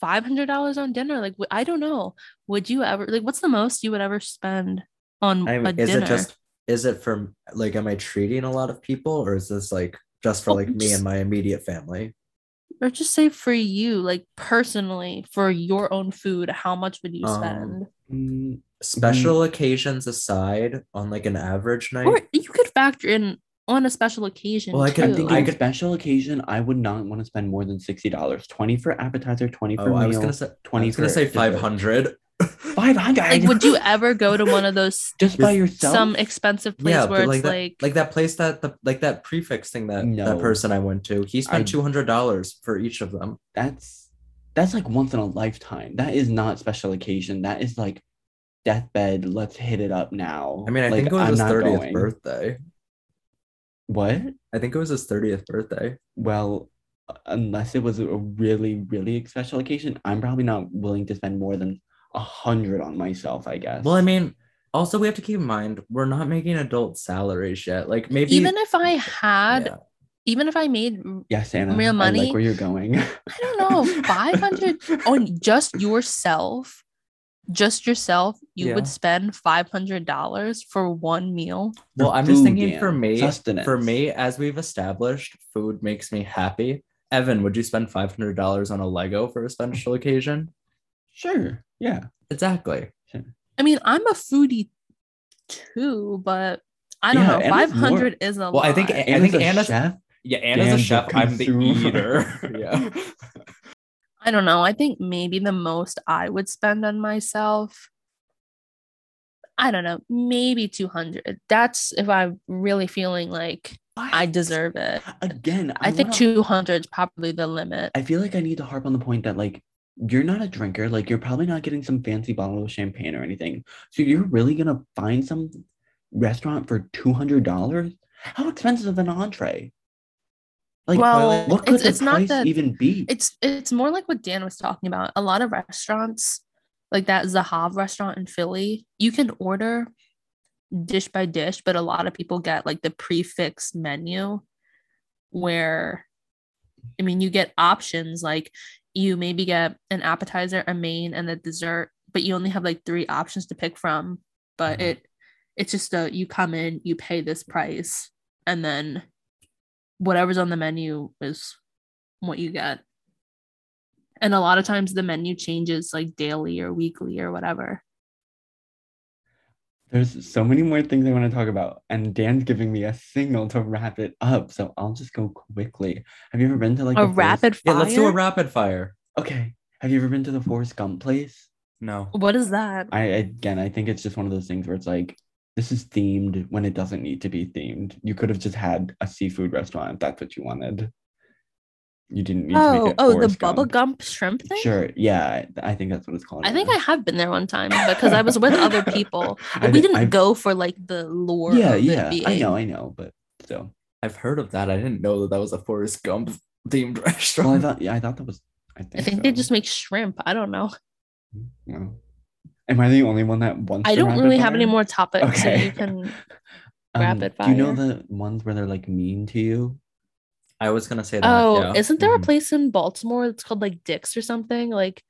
Speaker 2: five hundred dollars on dinner like wh- i don't know would you ever like what's the most you would ever spend on
Speaker 3: I'm-
Speaker 2: a
Speaker 3: is
Speaker 2: dinner
Speaker 3: it just is it for like am I treating a lot of people or is this like just for
Speaker 2: Oh,
Speaker 3: like me
Speaker 2: just-
Speaker 3: and my immediate family?
Speaker 2: or just say for you like personally for your own food how much would you
Speaker 3: Um,
Speaker 2: spend
Speaker 1: Mm,
Speaker 3: Special occasions aside, on like an average night.
Speaker 2: or you could factor in on a special occasion
Speaker 3: Well, I
Speaker 2: too.
Speaker 3: could-
Speaker 1: I'm
Speaker 3: Ew.
Speaker 1: thinking
Speaker 3: could-
Speaker 1: special occasion, I would not want to spend more than sixty dollars. Twenty for appetizer, twenty for
Speaker 3: Oh,
Speaker 1: meal,
Speaker 3: I was gonna say I
Speaker 1: twenty
Speaker 3: was gonna
Speaker 1: for
Speaker 3: say
Speaker 1: dessert.
Speaker 3: five hundred.
Speaker 1: 500
Speaker 2: like would you ever go to one of those
Speaker 1: just by
Speaker 3: Is-
Speaker 1: yourself
Speaker 2: some expensive place
Speaker 3: Yeah,
Speaker 2: where
Speaker 3: but
Speaker 2: it's
Speaker 3: like that,
Speaker 2: like
Speaker 3: like that place that the like that prefix thing that
Speaker 1: No.
Speaker 3: that person I went to, he
Speaker 1: I-
Speaker 3: spent two hundred dollars for each of them.
Speaker 1: that's that's like once in a lifetime that is not special occasion that is like deathbed let's hit it up now
Speaker 3: I mean, I
Speaker 1: like,
Speaker 3: think it was
Speaker 1: I'm
Speaker 3: his
Speaker 1: not
Speaker 3: thirtieth
Speaker 1: going.
Speaker 3: birthday.
Speaker 1: what
Speaker 3: I think it was his thirtieth birthday.
Speaker 1: well unless it was a really really special occasion i'm probably not willing to spend more than a hundred on myself i guess
Speaker 3: Well, I mean, also we have to keep in mind we're not making adult salaries yet. Like maybe
Speaker 2: even if I had,
Speaker 3: yeah.
Speaker 2: even if I made, I
Speaker 1: yes anna
Speaker 2: real
Speaker 1: I
Speaker 2: money-
Speaker 1: like where you're going
Speaker 2: don't know, 500 on just yourself, just yourself, you
Speaker 3: Yeah.
Speaker 2: would spend $500 for one meal.
Speaker 1: For
Speaker 3: Well, I'm just
Speaker 1: food,
Speaker 3: thinking for
Speaker 1: Anna.
Speaker 3: me,
Speaker 1: Sustenance.
Speaker 3: for me, as we've established, food makes me happy. Evan, would you spend five hundred dollars on a Lego for a special occasion?
Speaker 1: sure yeah
Speaker 3: Exactly.
Speaker 2: I mean, I'm a foodie too, but I don't
Speaker 1: Yeah,
Speaker 2: know.
Speaker 1: and it's
Speaker 2: 500 is a lot.
Speaker 3: Well, I think I
Speaker 1: Anna's
Speaker 3: think
Speaker 1: a
Speaker 3: Anna's
Speaker 1: chef
Speaker 3: yeah, Anna's
Speaker 1: Dan's
Speaker 3: a
Speaker 1: a
Speaker 3: chef. I'm the
Speaker 1: consumer.
Speaker 3: eater. yeah.
Speaker 2: I don't know. I think maybe the most I would spend on myself. I don't know, maybe 200. That's if I'm really feeling like I deserve it.
Speaker 1: again
Speaker 2: I think
Speaker 1: wanna-
Speaker 2: 200 is probably the limit.
Speaker 1: I feel like I need to harp on the point that like you're not a drinker, like you're probably not getting some fancy bottle of champagne or anything. So you're really gonna find some restaurant for two hundred dollars? How expensive of an entree? Like
Speaker 2: Well,
Speaker 1: what could
Speaker 2: it's-
Speaker 1: the
Speaker 2: it's not
Speaker 1: price
Speaker 2: that-
Speaker 1: even be?
Speaker 2: It's it's more like what Dan was talking about. A lot of restaurants, like that Zahav restaurant in Philly, you can order dish by dish, but a lot of people get like the prefix menu where I mean you get options like you maybe get an appetizer, a main, and a dessert, but you only have like three options to pick from. But
Speaker 3: Mhm.
Speaker 2: it it's just a you come in, you pay this price, and then whatever's on the menu is what you get. And a lot of times the menu changes like daily or weekly or whatever.
Speaker 1: There's so many more things I want to talk about, and Dan's giving me a signal to wrap it up, so I'll just go quickly. Have you ever been to like
Speaker 2: a
Speaker 1: the Forrest-
Speaker 2: rapid
Speaker 3: Yeah,
Speaker 2: fire.
Speaker 3: let's do a rapid fire.
Speaker 1: Okay. Have you ever been to the Forrest Gump place?
Speaker 3: No.
Speaker 2: What is that?
Speaker 1: I again, I think it's just one of those things where it's like this is themed when it doesn't need to be themed. You could have just had a seafood restaurant if that's what you wanted. You didn't need to make
Speaker 2: Oh,
Speaker 1: it.
Speaker 2: oh, the
Speaker 1: Forrest
Speaker 2: bubble
Speaker 1: Gump.
Speaker 2: gump shrimp thing.
Speaker 1: Sure. Yeah, I I think that's what it's called.
Speaker 2: I think I
Speaker 1: now.
Speaker 2: have been there one time because I was with other people.
Speaker 1: I
Speaker 2: But we
Speaker 1: thi-
Speaker 2: didn't
Speaker 1: I-
Speaker 2: go for like the lore.
Speaker 1: Yeah,
Speaker 2: of it
Speaker 1: yeah. I
Speaker 2: being-
Speaker 1: know, I know, but so.
Speaker 3: I've heard of that. I didn't know that that was a Forrest Gump themed
Speaker 1: Well, I
Speaker 3: restaurant.
Speaker 1: thought yeah, I thought that was I think
Speaker 2: I think they
Speaker 1: so. Mm-hmm,
Speaker 2: just make shrimp. I don't know.
Speaker 1: Well, Am I the only one that wants
Speaker 2: I
Speaker 1: the
Speaker 2: don't
Speaker 1: rapid
Speaker 2: really have any
Speaker 1: fire?
Speaker 2: more topics. So
Speaker 1: Okay.
Speaker 2: you can.
Speaker 1: Um,
Speaker 2: rapid
Speaker 1: Do you know
Speaker 2: fire.
Speaker 1: the ones where they're like mean to you?
Speaker 3: I was gonna say that.
Speaker 2: Oh,
Speaker 3: yeah.
Speaker 2: isn't there a
Speaker 1: Mhm.
Speaker 2: place in Baltimore that's called like Dick's or something? Like,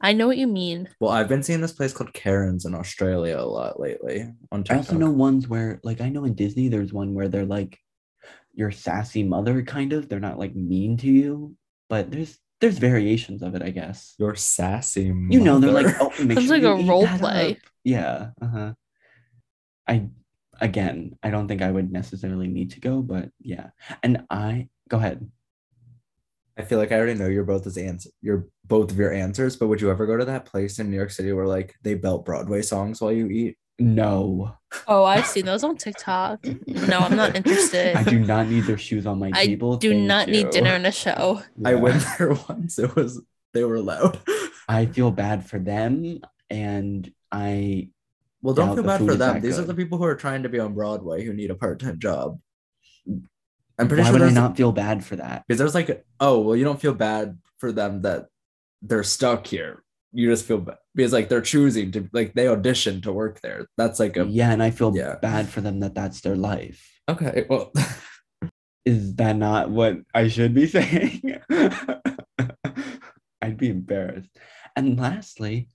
Speaker 2: I know what you mean.
Speaker 3: Mm-hmm. well, I've been seeing this place called Karen's in Australia a lot lately on
Speaker 1: I
Speaker 3: TikTok.
Speaker 1: also know ones where, like, I know in Disney, there's one where they're like your sassy mother, kind of. They're not like mean to you, but there's there's variations of it, I guess.
Speaker 3: You're sassy.
Speaker 1: You know, they're like,
Speaker 3: mother.
Speaker 1: oh, make
Speaker 2: Sounds
Speaker 1: sure
Speaker 2: like
Speaker 1: you
Speaker 2: a
Speaker 1: eat
Speaker 2: role
Speaker 1: that
Speaker 2: play.
Speaker 1: up." Yeah. Uh huh. I again, I don't think I would necessarily need to go, but yeah. And I go ahead.
Speaker 3: oh, I feel like I already know your both as answer your both of your answers, but would you ever go to that place in New York City where like they belt Broadway songs while you eat?
Speaker 1: No,
Speaker 2: Oh, I've seen those on TikTok. No, I'm not interested.
Speaker 1: I do not need their shoes on my
Speaker 2: I
Speaker 1: table.
Speaker 2: do
Speaker 1: thank
Speaker 2: not need
Speaker 1: you.
Speaker 2: dinner and a show.
Speaker 3: I
Speaker 1: Yeah.
Speaker 3: went there once. It was they were loud.
Speaker 1: I feel bad for them, and I
Speaker 3: Well, don't
Speaker 1: Yeah,
Speaker 3: feel
Speaker 1: the
Speaker 3: bad
Speaker 1: food
Speaker 3: for
Speaker 1: is
Speaker 3: them.
Speaker 1: not
Speaker 3: These are
Speaker 1: good.
Speaker 3: the people who are trying to be on Broadway who need a part-time job. I'm pretty
Speaker 1: why
Speaker 3: sure
Speaker 1: would I
Speaker 3: there's-
Speaker 1: not feel bad for that?
Speaker 3: because there's like, oh, well, you don't feel bad for them that they're stuck here. You just feel bad because like they're choosing to like they audition to work there. That's like a
Speaker 1: Yeah, and I feel
Speaker 3: Yeah.
Speaker 1: bad for them that that's their life.
Speaker 3: okay. Well,
Speaker 1: Is that not what I should be saying? I'd be embarrassed. And lastly,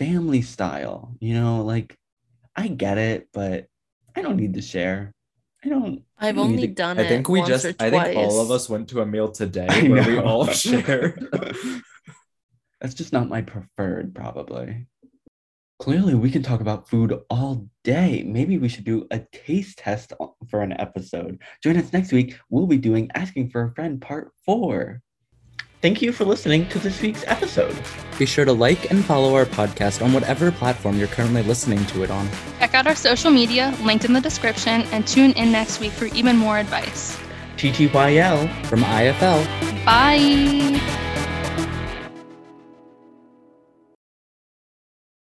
Speaker 1: family style. You know, like I get it, but I don't need to share. I don't. I
Speaker 2: I've
Speaker 1: don't need
Speaker 2: only
Speaker 1: to-
Speaker 2: done
Speaker 3: I
Speaker 2: it.
Speaker 3: think we
Speaker 2: once
Speaker 3: just
Speaker 2: or
Speaker 3: I think all of
Speaker 2: twice.
Speaker 3: us went to a meal today
Speaker 1: I
Speaker 3: where we
Speaker 1: know.
Speaker 3: all share.
Speaker 1: That's just not my preferred, probably. Clearly, we can talk about food all day. Maybe we should do a taste test o- for an episode. Join us next week. We'll be doing Asking for a Friend Part 4. Thank you for listening to this week's episode.
Speaker 3: Be sure to like and follow our podcast on whatever platform you're currently listening to it on.
Speaker 4: Check out our social media, linked in the description, and tune in next week for even more advice.
Speaker 1: TTYL.
Speaker 3: From IFL.
Speaker 4: Bye!